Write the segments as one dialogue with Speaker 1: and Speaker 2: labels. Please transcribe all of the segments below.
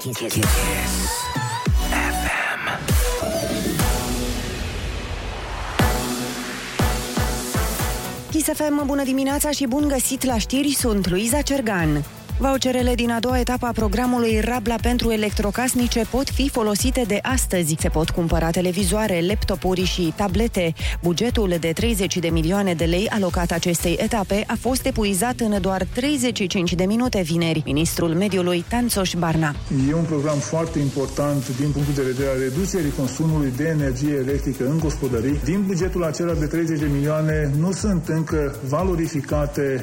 Speaker 1: Kiss FM.
Speaker 2: Chisefem, bună dimineața și bun găsit la știri, sunt Luiza Cergan. Voucherele din a doua etapă a programului Rabla pentru electrocasnice pot fi folosite de astăzi. Se pot cumpăra televizoare, laptopuri și tablete. Bugetul de 30 de milioane de lei alocat acestei etape a fost epuizat în doar 35 de minute vineri. Ministrul Mediului Tanțoș Barna.
Speaker 3: E un program foarte important din punctul de vedere al reducerii consumului de energie electrică în gospodării. Din bugetul acela de 30 de milioane nu sunt încă valorificate 45%.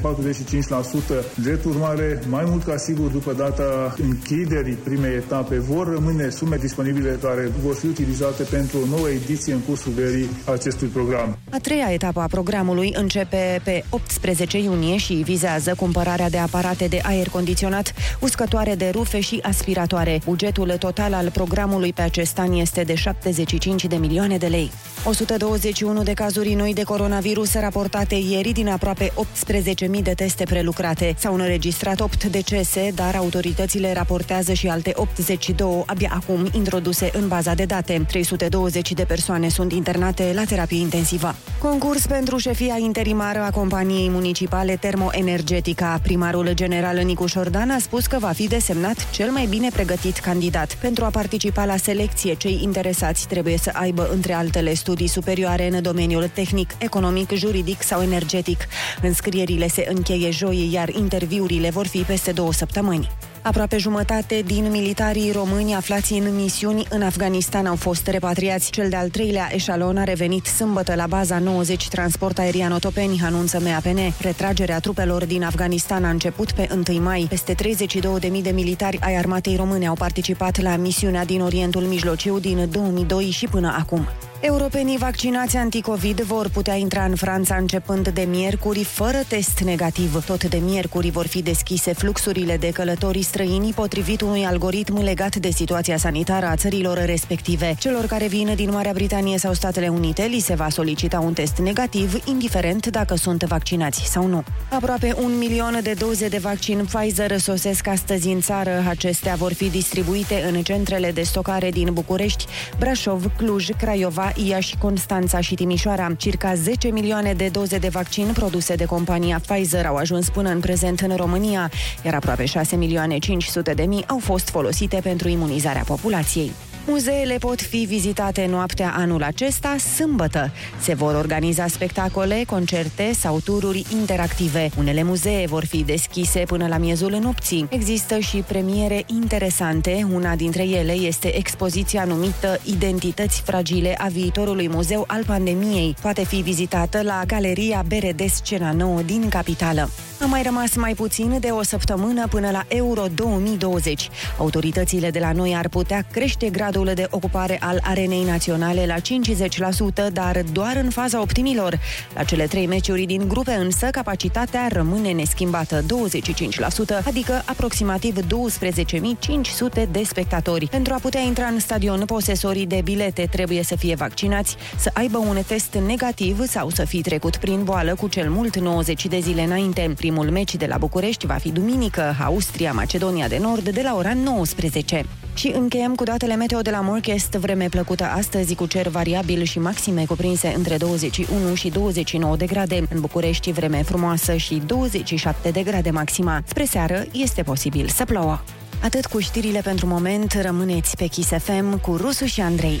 Speaker 3: Drept urmare, mai mult ca sigur, după data închiderii primei etape, vor rămâne sume disponibile care vor fi utilizate pentru o nouă ediție în cursul verii acestui program.
Speaker 2: A treia etapă a programului începe pe 18 iunie și vizează cumpărarea de aparate de aer condiționat, uscătoare de rufe și aspiratoare. Bugetul total al programului pe acest an este de 75 de milioane de lei. 121 de cazuri noi de coronavirus raportate ieri din aproape 18.000 de teste prelucrate. S-au înregistrat 8 decese, dar autoritățile raportează și alte 82 abia acum introduse în baza de date. 320 de persoane sunt internate la terapie intensivă. Concurs pentru șefia interimară a companiei municipale Termoenergetica. Primarul general Nicu Șordan a spus că va fi desemnat cel mai bine pregătit candidat. Pentru a participa la selecție, cei interesați trebuie să aibă, între altele, studii superioare în domeniul tehnic, economic, juridic sau energetic. Înscrierile se încheie joi, iar interviurile vor fi peste două săptămâni. Aproape jumătate din militarii români aflați în misiuni în Afganistan au fost repatriați. Cel de-al treilea eșalon a revenit sâmbătă la baza 90 transport aerian Otopeni, anunță MAPN. Retragerea trupelor din Afganistan a început pe 1 mai. Peste 32.000 de militari ai armatei române au participat la misiunea din Orientul Mijlociu din 2002 și până acum. Europenii vaccinați anticovid vor putea intra în Franța începând de miercuri fără test negativ. Tot de miercuri vor fi deschise fluxurile de călătorii străini potrivit unui algoritm legat de situația sanitară a țărilor respective. Celor care vin din Marea Britanie sau Statele Unite li se va solicita un test negativ, indiferent dacă sunt vaccinați sau nu. Aproape un milion de doze de vaccin Pfizer sosesc astăzi în țară. Acestea vor fi distribuite în centrele de stocare din București, Brașov, Cluj, Craiova Iași, Constanța și Timișoara. Circa 10 milioane de doze de vaccin produse de compania Pfizer au ajuns până în prezent în România, iar aproape 6 milioane 500 de mii au fost folosite pentru imunizarea populației. Muzeele pot fi vizitate noaptea anul acesta, sâmbătă. Se vor organiza spectacole, concerte sau tururi interactive. Unele muzee vor fi deschise până la miezul nopții. Există și premiere interesante. Una dintre ele este expoziția numită Identități fragile a viitorului muzeu al pandemiei. Poate fi vizitată la Galeria BRD Scena 9 din capitală. A mai rămas mai puțin de o săptămână până la Euro 2020. Autoritățile de la noi ar putea crește gradul gradul de ocupare al arenei naționale la 50%, dar doar în faza optimilor. La cele trei meciuri din grupe însă, capacitatea rămâne neschimbată 25%, adică aproximativ 12.500 de spectatori. Pentru a putea intra în stadion, posesorii de bilete trebuie să fie vaccinați, să aibă un test negativ sau să fi trecut prin boală cu cel mult 90 de zile înainte. Primul meci de la București va fi duminică, Austria-Macedonia de Nord, de la ora 19. Și încheiem cu datele meteo de la Morchest, vreme plăcută astăzi cu cer variabil și maxime cuprinse între 21 și 29 de grade. În București vreme frumoasă și 27 de grade maxima. Spre seară este posibil să plouă. Atât cu știrile pentru moment, rămâneți pe Kiss FM cu Rusu și Andrei.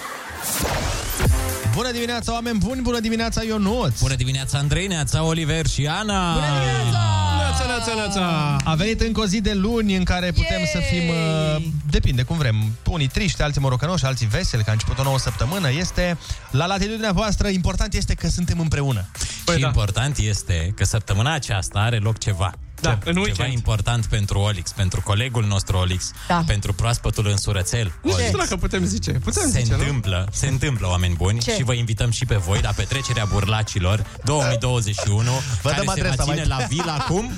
Speaker 4: Bună dimineața, oameni buni! Bună dimineața, Ionuț!
Speaker 5: Bună dimineața, Andrei, neața, Oliver și Ana!
Speaker 6: Bună dimineața! Neața, neața, neața!
Speaker 4: A venit încă o zi de luni în care putem Yay! să fim... Uh, depinde cum vrem. Unii triști, alții morocănoși, alții veseli, că a început o nouă săptămână. Este la latitudinea voastră. Important este că suntem împreună.
Speaker 5: Păi și da. important este că săptămâna aceasta are loc ceva.
Speaker 6: Da, în
Speaker 5: Ceva
Speaker 6: weekend.
Speaker 5: important pentru Olix, pentru colegul nostru Olix,
Speaker 7: Da.
Speaker 5: pentru proaspătul însurățel.
Speaker 6: Nu
Speaker 5: Olix.
Speaker 6: știu dacă putem zice. Putem
Speaker 5: se
Speaker 6: zice, nu?
Speaker 5: întâmplă, se întâmplă, oameni buni,
Speaker 7: Ce?
Speaker 5: și vă invităm și pe voi la petrecerea burlacilor 2021,
Speaker 4: Vă
Speaker 5: care
Speaker 4: dăm
Speaker 5: se
Speaker 4: adresa
Speaker 5: va ține
Speaker 4: mai-
Speaker 5: la vila acum.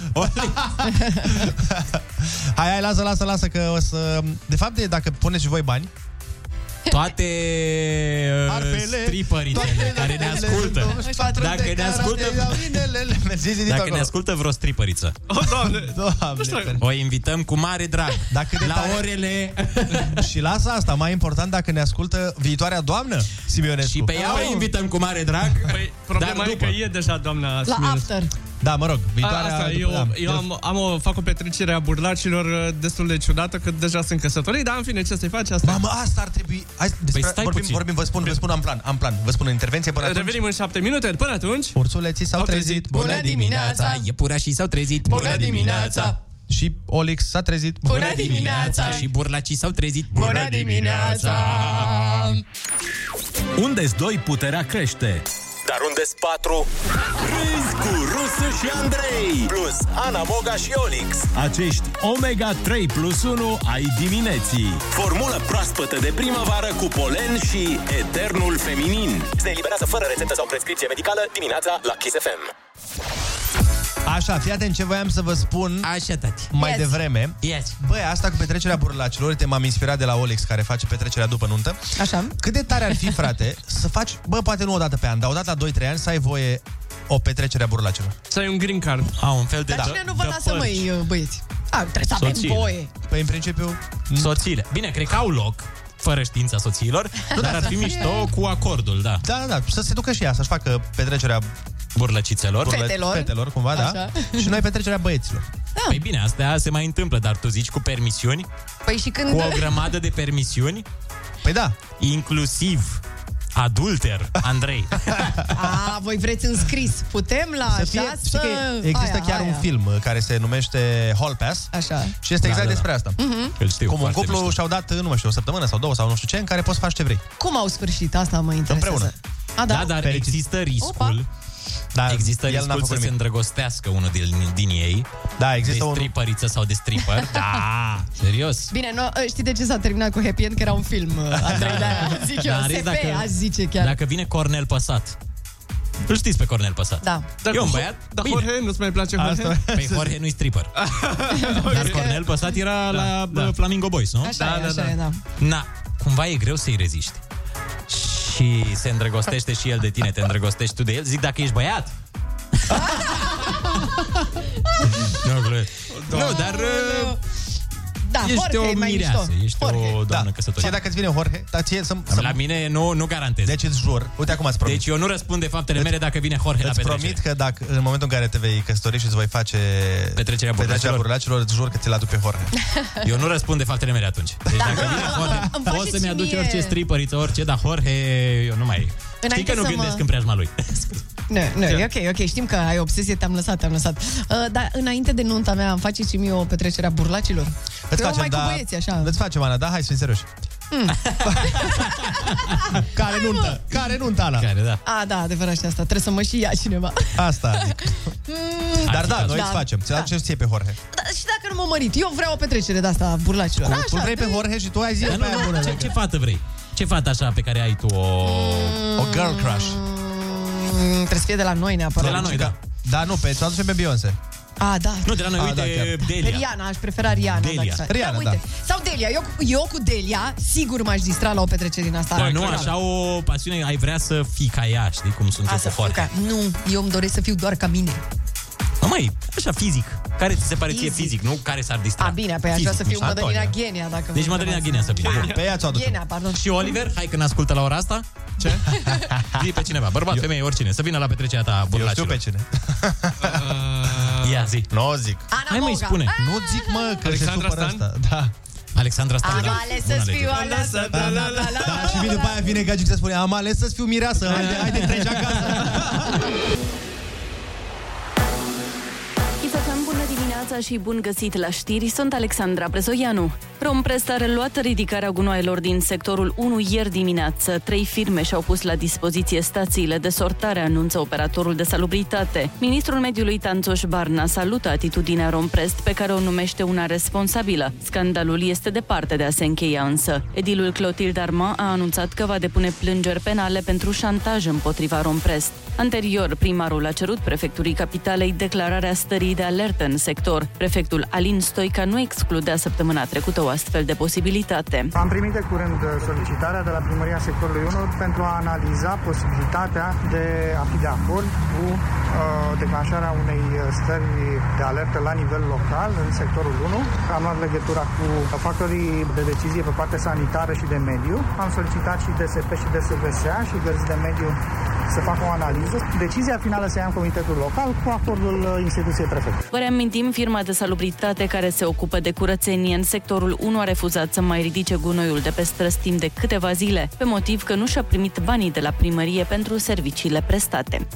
Speaker 4: Hai, hai, lasă, lasă, lasă, că o să... De fapt, de, dacă puneți și voi bani,
Speaker 5: Toate
Speaker 4: Arpele,
Speaker 5: Arpele, stripările care ne ascultă. Dacă ne ascultă,
Speaker 4: Zi, zi, zi,
Speaker 5: dacă
Speaker 4: acolo.
Speaker 5: ne ascultă vreo stripăriță,
Speaker 6: Oh, doamne.
Speaker 4: Doamne,
Speaker 6: Nu știu dacă-
Speaker 4: ferește.
Speaker 5: o invităm cu mare drag.
Speaker 4: Dacă de
Speaker 5: la
Speaker 4: tare-
Speaker 5: orele
Speaker 4: Și lasă asta, mai important, dacă ne ascultă viitoarea doamnă Simionescu.
Speaker 5: și pe ea o invităm cu mare drag.
Speaker 6: Păi, problema
Speaker 5: Dar
Speaker 6: e că
Speaker 5: după.
Speaker 6: e deja doamna
Speaker 7: La
Speaker 6: Smirnoff.
Speaker 7: after.
Speaker 4: Da, mă rog,
Speaker 6: A,
Speaker 4: viitoarea...
Speaker 6: Asta,
Speaker 4: după-
Speaker 6: eu,
Speaker 4: da,
Speaker 6: eu am, am o, fac o petrecere a burlacilor uh, destul de ciudată, că deja sunt căsătorii, dar în fine, ce să-i faci asta?
Speaker 4: Mamă, asta ar trebui... Hai, despre...
Speaker 5: Păi stai
Speaker 4: vorbim,
Speaker 5: puțin.
Speaker 4: vorbim, vă spun, vă spun, am plan, am plan. Vă spun în intervenție până atunci.
Speaker 6: Revenim în șapte minute, până atunci...
Speaker 4: Ursuleții s-au trezit.
Speaker 7: Bună dimineața!
Speaker 5: Iepurașii s-au trezit.
Speaker 7: Bună dimineața!
Speaker 4: Și Olix s-a trezit.
Speaker 7: Bună dimineața!
Speaker 5: Și burlacii s-au trezit.
Speaker 7: Bună dimineața!
Speaker 8: unde 2 puterea crește.
Speaker 1: Dar unde sunt patru?
Speaker 8: Râzi
Speaker 1: Cu Rusu și Andrei Plus Ana Moga și Olix
Speaker 8: Acești Omega 3 plus 1 ai dimineții.
Speaker 1: Formulă proaspătă de primăvară cu polen și eternul feminin Se eliberează fără rețetă sau prescripție medicală dimineața la Kiss FM
Speaker 4: Așa, fii atent ce voiam să vă spun
Speaker 5: Așa, tati.
Speaker 4: mai
Speaker 7: Yes.
Speaker 4: devreme.
Speaker 5: Yes.
Speaker 4: Băi, asta cu petrecerea burlacilor, te m-am inspirat de la Olex, care face petrecerea după nuntă.
Speaker 7: Așa.
Speaker 4: Cât de tare ar fi, frate, să faci, bă, poate nu o dată pe an, dar o dată la 2-3 ani să ai voie o petrecere a burlacilor.
Speaker 6: Să ai un green card.
Speaker 5: Au un fel de...
Speaker 7: Dar
Speaker 4: da,
Speaker 7: cine nu vă
Speaker 5: Da, păi.
Speaker 7: lasă, măi, uh, băieți? A, trebuie să avem
Speaker 5: Soțiile. Mm.
Speaker 7: voie.
Speaker 4: Păi, în principiu,
Speaker 5: Soțiile. Bine, cred că au loc fără știința soțiilor,
Speaker 7: da,
Speaker 5: dar ar fi mișto cu acordul, da.
Speaker 4: da, da, da, să se ducă și ea, să-și facă petrecerea
Speaker 5: Burlăcițelor.
Speaker 4: burla-
Speaker 7: Fetelor.
Speaker 4: fetelor cumva, da,
Speaker 7: Așa.
Speaker 4: și noi petrecerea băieților.
Speaker 5: Păi bine, astea se mai întâmplă, dar tu zici cu permisiuni,
Speaker 7: Păi și când...
Speaker 5: cu o grămadă de permisiuni,
Speaker 4: Păi da,
Speaker 5: inclusiv adulter, Andrei.
Speaker 7: A, voi vreți înscris. Putem la
Speaker 4: să fie,
Speaker 7: așa
Speaker 4: știi că există
Speaker 7: aia,
Speaker 4: chiar
Speaker 7: aia.
Speaker 4: un film uh, care se numește Hall Pass
Speaker 7: Așa.
Speaker 4: și este
Speaker 5: Da,
Speaker 4: exact
Speaker 5: da, da.
Speaker 4: despre asta.
Speaker 5: Îl știu
Speaker 4: Cum un
Speaker 5: foarte
Speaker 4: cuplu
Speaker 5: mișto.
Speaker 4: și-au dat, uh, nu mai știu, o săptămână sau două sau nu știu ce, în care poți să faci ce vrei.
Speaker 7: Cum au sfârșit? Asta mă interesează.
Speaker 4: Împreună.
Speaker 7: A, da?
Speaker 5: Da, dar
Speaker 4: Fericit.
Speaker 5: există riscul,
Speaker 7: Opa.
Speaker 4: Dar Da,
Speaker 5: există
Speaker 4: el n-a
Speaker 5: riscul să
Speaker 4: făcut
Speaker 5: se
Speaker 4: nimic.
Speaker 5: îndrăgostească unul din, din ei,
Speaker 4: Da,
Speaker 5: de
Speaker 4: există un...
Speaker 5: stripăriță sau de stripper. Da, serios.
Speaker 7: Bine, no, știi de ce s-a terminat cu Happy End? Că era un film, Andrei, da, zic eu,
Speaker 5: Dar, Riz,
Speaker 7: SF,
Speaker 5: dacă-
Speaker 7: aș zice chiar.
Speaker 5: Dacă vine Cornel Păsat, îl știți pe Cornel Păsat.
Speaker 7: Da.
Speaker 6: Dar
Speaker 5: E un
Speaker 6: cu-
Speaker 5: băiat?
Speaker 6: Dar
Speaker 5: Bine.
Speaker 6: Jorge, nu-ți mai place Jorge?
Speaker 4: Asta-
Speaker 5: Păi Jorge nu-i stripper. Dar Cornel Păsat
Speaker 4: Da,
Speaker 5: era la bă, Flamingo Boys, nu?
Speaker 7: Așa e, așa e, da.
Speaker 5: Na, cumva e greu să-i reziști. Și se îndrăgostește și el de tine, te îndrăgostești tu de el. Zic, dacă ești băiat... nu, glume. nu, dar uh,
Speaker 7: Da,
Speaker 5: ești
Speaker 7: Jorge, e
Speaker 5: o
Speaker 7: mai
Speaker 5: mireasă,
Speaker 7: mișto.
Speaker 5: ești
Speaker 7: Jorge.
Speaker 5: o doamnă
Speaker 4: Ție Da.
Speaker 5: căsătorită.
Speaker 4: dacă îți vine Jorge, dar ție să, să
Speaker 5: La mine nu, nu garantez.
Speaker 4: Deci îți jur, uite acum îți promit.
Speaker 5: Deci eu nu răspund de faptele mele dacă vine Jorge la
Speaker 4: îți
Speaker 5: petrecere.
Speaker 4: promit că dacă, în momentul în care te vei căsători și îți voi face
Speaker 5: Petrecerea burlacilor.
Speaker 4: burlacilor, îți jur că ți-l aduc pe Jorge.
Speaker 5: Eu nu răspund de faptele mele atunci. Deci dacă vine Jorge,
Speaker 7: Da. Îmi
Speaker 5: poți
Speaker 7: faceți
Speaker 5: să-mi
Speaker 7: și
Speaker 5: aduci
Speaker 7: mie-
Speaker 5: orice stripăriță, orice, dar Jorge, eu nu mai... Știi că
Speaker 7: Înainte
Speaker 5: nu
Speaker 7: să
Speaker 5: gândesc
Speaker 7: mă-
Speaker 5: în preajma lui.
Speaker 7: Nu, nu, e ok, ok, știm că ai obsesie, te-am lăsat, te-am lăsat. Uh, dar înainte de nunta mea, îmi faceți și mie o petrecere a burlacilor? Că eu mai cu băieții, așa.
Speaker 4: da, Îți facem, Ana, da? Hai să fim serioși. care nuntă? Care nuntă, Ana?
Speaker 5: Care, da.
Speaker 7: A, da, adevărat și asta, trebuie să mă și ia cineva.
Speaker 4: Asta zic. Dar
Speaker 5: fi
Speaker 4: da,
Speaker 5: cazul.
Speaker 4: noi îți
Speaker 7: Da.
Speaker 4: facem. Ți-l
Speaker 7: Da.
Speaker 4: aducem ție pe Jorge.
Speaker 7: Da, și dacă nu mă mărit, eu vreau o petrecere de asta a burlacilor.
Speaker 4: Tu- Tu vrei pe Jorge și tu ai zis
Speaker 5: Dar
Speaker 4: pe aia
Speaker 5: nu,
Speaker 4: bună.
Speaker 5: nu, ce, ce fată vrei? Ce fată așa pe care ai tu o...
Speaker 4: O girl crush.
Speaker 7: Mm, Trebuie să fie de la noi neapărat.
Speaker 5: De la noi, da.
Speaker 4: Da, nu, pe ți-o aducem pe Beyoncé.
Speaker 7: A, da.
Speaker 5: Nu, de la noi,
Speaker 4: A,
Speaker 5: uite,
Speaker 4: da, chiar. da.
Speaker 7: Pe
Speaker 5: Delia.
Speaker 7: Riana, aș prefera Riana.
Speaker 5: Delia.
Speaker 7: Dacă...
Speaker 4: Riana,
Speaker 7: uite. Sau Delia. Eu, cu- eu cu Delia, sigur m-aș distra la o petrecere din asta.
Speaker 5: Dar nu,
Speaker 7: Clar.
Speaker 5: așa o pasiune, ai vrea să fii ca ea, știi cum sunt
Speaker 7: Asta
Speaker 5: eu cu Jorge.
Speaker 7: ca... Nu, eu îmi doresc să fiu doar ca mine.
Speaker 5: Nu, măi, așa fizic. Care ți se pare ție
Speaker 7: Fizic.
Speaker 5: fizic, nu? Care s-ar distra?
Speaker 7: A, bine, păi aș vrea să
Speaker 5: Fizic,
Speaker 7: fiu
Speaker 5: nu știu.
Speaker 7: Mădălina
Speaker 4: Antonia.
Speaker 7: Ghenia, dacă
Speaker 5: Da. Deci
Speaker 7: vă
Speaker 5: Mădălina
Speaker 7: întrebați.
Speaker 5: Ghinea să vină. Bun.
Speaker 4: Pe ea ți-o aducem.
Speaker 7: Ghenia, pardon.
Speaker 5: Și Oliver, hai că ne ascultă la ora asta. Ce? Zi pe cineva, bărbat, femeie, oricine, să vină la petrecerea ta
Speaker 4: Eu știu
Speaker 5: burlacilor.
Speaker 4: pe cine.
Speaker 5: Ia zi.
Speaker 4: Nu o zic.
Speaker 7: Ana
Speaker 5: Hai măi,
Speaker 7: Moga.
Speaker 5: spune.
Speaker 7: Ah,
Speaker 4: Nu zic, mă, că se
Speaker 6: Alexandra
Speaker 4: supără
Speaker 6: Stan?
Speaker 4: asta. Da.
Speaker 5: Alexandra Stan.
Speaker 7: Am
Speaker 5: da.
Speaker 7: ales
Speaker 5: Bună
Speaker 7: să fiu
Speaker 5: alegere.
Speaker 7: aleasă. Da, da, da,
Speaker 4: Da,
Speaker 7: da.
Speaker 4: și vine după aia vine Gagic să spune Am ales să-ți fiu mireasă, haide, haide, treci acasă
Speaker 9: Ifefem, bună dimineața și bun găsit la știri, sunt Alexandra Brezoianu. Romprest a reluat ridicarea gunoaielor din sectorul 1 ieri dimineață. Trei firme și-au pus la dispoziție stațiile de sortare, anunță operatorul de salubritate. Ministrul Mediului Tanțoș Barna salută atitudinea Romprest pe care o numește una responsabilă. Scandalul este departe de a se încheia însă. Edilul Clotilde Arma a anunțat că va depune plângeri penale pentru șantaj împotriva Romprest. Anterior, primarul a cerut prefecturii capitalei declararea stării de alertă în sector. Prefectul Alin Stoica nu excludea săptămâna trecută o astfel de posibilitate.
Speaker 10: Am primit de curând uh, solicitarea de la primăria sectorului 1 pentru a analiza posibilitatea de a fi de acord cu uh, declanșarea unei uh, stări de alertă la nivel local în sectorul 1. Am luat legătura cu factorii de decizie pe partea sanitară și de mediu. Am solicitat și DSP și DSVSA și gărzi de mediu să facă o analiză. Decizia finală se ia în comitetul local cu acordul uh, instituției prefecte.
Speaker 9: Vă reamintim, firma de salubritate care se ocupă de curățenie în sectorul 1 a refuzat să mai ridice gunoiul de pe străzi timp de câteva zile, pe motiv că nu și-a primit banii de la primărie pentru serviciile prestate.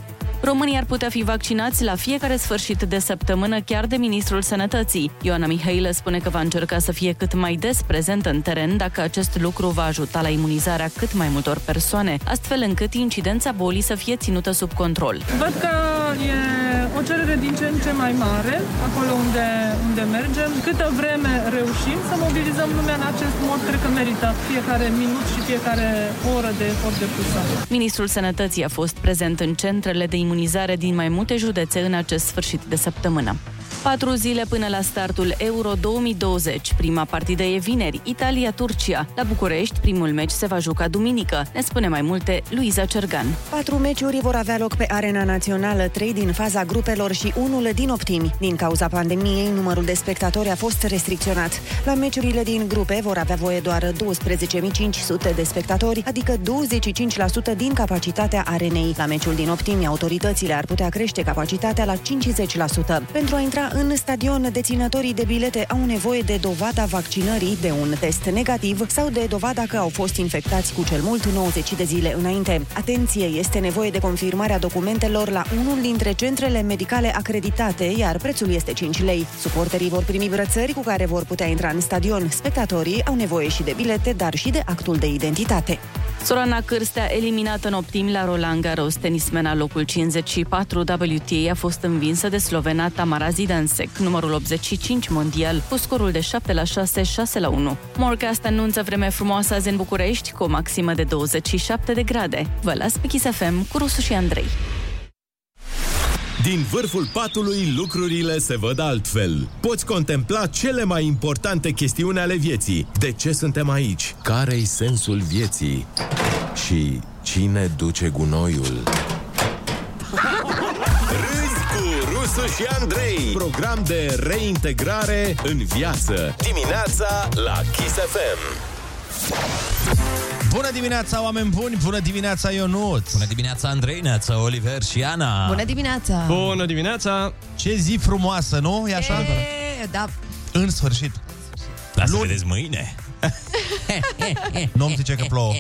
Speaker 9: Românii ar putea fi vaccinați la fiecare sfârșit de săptămână, chiar de Ministrul Sănătății. Ioana Mihailă spune că va încerca să fie cât mai des prezent în teren dacă acest lucru va ajuta la imunizarea cât mai multor persoane, astfel încât incidența bolii să fie ținută sub control.
Speaker 11: Văd că e o cerere din ce în ce mai mare, acolo unde, unde mergem. Câtă vreme reușim să mobilizăm lumea în acest mod, cred că merită fiecare minut și fiecare oră de efort depusă.
Speaker 9: Ministrul Sănătății a fost prezent în centrele de imunizare din mai multe județe în acest sfârșit de săptămână. Patru zile până la startul Euro 2020. Prima partidă e vineri, Italia-Turcia. La București, primul meci se va juca duminică. Ne spune mai multe Luiza Cergan.
Speaker 2: Patru meciuri vor avea loc pe arena națională, trei din faza grupelor și unul din optimi. Din cauza pandemiei, numărul de spectatori a fost restricționat. La meciurile din grupe vor avea voie doar 12.500 de spectatori, adică 25% din capacitatea arenei. La meciul din optimi, autoritățile ar putea crește capacitatea la 50%. Pentru a intra în stadion, deținătorii de bilete au nevoie de dovada vaccinării, de un test negativ sau de dovada că au fost infectați cu cel mult 90 de zile înainte. Atenție, este nevoie de confirmarea documentelor la unul dintre centrele medicale acreditate, iar prețul este 5 lei. Suporterii vor primi brățări cu care vor putea intra în stadion. Spectatorii au nevoie și de bilete, dar și de actul de identitate.
Speaker 9: Sorana Cârstea, eliminată în optim la Roland Garros, tenismena locul 54 WTA a fost învinsă de slovena Tamara Zidansek, numărul 85 mondial, cu scorul de 7 la 6, 6 la 1. Morcast anunță vreme frumoasă azi în București, cu o maximă de 27 de grade. Vă las pe Kiss FM cu Rusu și Andrei.
Speaker 8: Din vârful patului lucrurile se văd altfel. Poți contempla cele mai importante chestiuni ale vieții. De ce suntem aici? Care-i sensul vieții? Și cine duce gunoiul?
Speaker 1: Râzi cu Rusu și Andrei.
Speaker 8: Program de reintegrare în viață.
Speaker 1: Dimineața la Kiss FM.
Speaker 4: Bună dimineața, oameni buni! Bună dimineața, Ionut!
Speaker 5: Bună dimineața, Andrei, Neața, Oliver și Ana!
Speaker 7: Bună dimineața!
Speaker 6: Bună dimineața!
Speaker 4: Ce zi frumoasă, nu? E așa?
Speaker 7: E, da.
Speaker 4: În sfârșit!
Speaker 5: La să vedeți mâine!
Speaker 4: Nu-mi zice că plouă.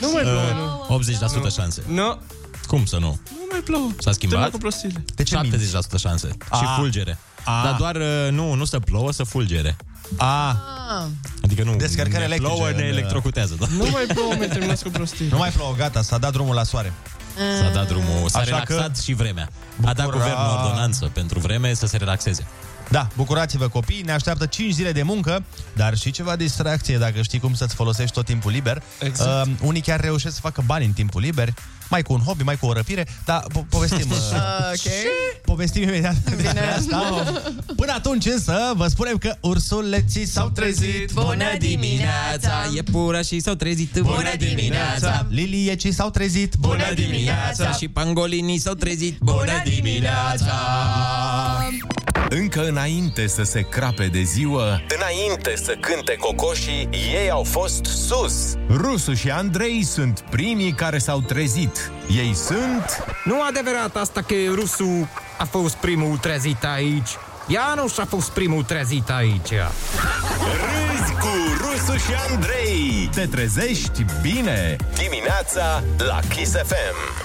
Speaker 6: Nu mai plouă,
Speaker 5: nu. 80% șanse.
Speaker 6: Nu.
Speaker 5: Cum să nu?
Speaker 6: Nu mai plouă.
Speaker 5: S-a schimbat?
Speaker 6: Cu prostile.
Speaker 5: De ce 70% minți? șanse. A. Și fulgere. A. Dar doar, uh, nu, nu să plouă, să fulgere.
Speaker 4: A.
Speaker 5: Adică nu.
Speaker 4: Descărcare
Speaker 5: ne
Speaker 4: electrice.
Speaker 5: Plouă,
Speaker 4: în, uh,
Speaker 5: ne electrocutează. Da.
Speaker 6: Nu mai plouă, mi-ai terminat cu prostii.
Speaker 4: Nu mai plouă, gata, s-a dat drumul la soare.
Speaker 5: S-a dat drumul, s-a
Speaker 4: Așa
Speaker 5: relaxat
Speaker 4: că-
Speaker 5: și vremea. A dat
Speaker 4: Bucura-
Speaker 5: guvernul ordonanță pentru vreme să se relaxeze.
Speaker 4: Da, bucurați-vă copii, ne așteaptă 5 zile de muncă, dar și ceva distracție dacă știi cum să-ți folosești tot timpul liber.
Speaker 6: Exact.
Speaker 4: Uh, unii chiar reușesc să facă bani în timpul liber, mai cu un hobby, mai cu o răpire, dar po- povestim. Uh,
Speaker 7: Ok.
Speaker 4: povestim imediat despre asta. Până atunci însă, vă spunem că ursuleții s-au trezit.
Speaker 7: Bună dimineața!
Speaker 5: Iepura și s-au trezit.
Speaker 7: Bună dimineața!
Speaker 4: Liliecii s-au trezit.
Speaker 7: Bună dimineața!
Speaker 5: Și pangolinii s-au trezit.
Speaker 7: Bună dimineața!
Speaker 8: Încă înainte să se crape de ziua,
Speaker 1: Înainte să cânte cocoșii, ei au fost sus.
Speaker 8: Rusu și Andrei sunt primii care s-au trezit. Ei sunt...
Speaker 12: Nu adevărat asta că rusul a fost primul trezit aici. Ea nu și-a fost primul trezit aici.
Speaker 1: Râzi cu Rusu și Andrei.
Speaker 8: Te trezești bine!
Speaker 1: Dimineața la Kiss FM.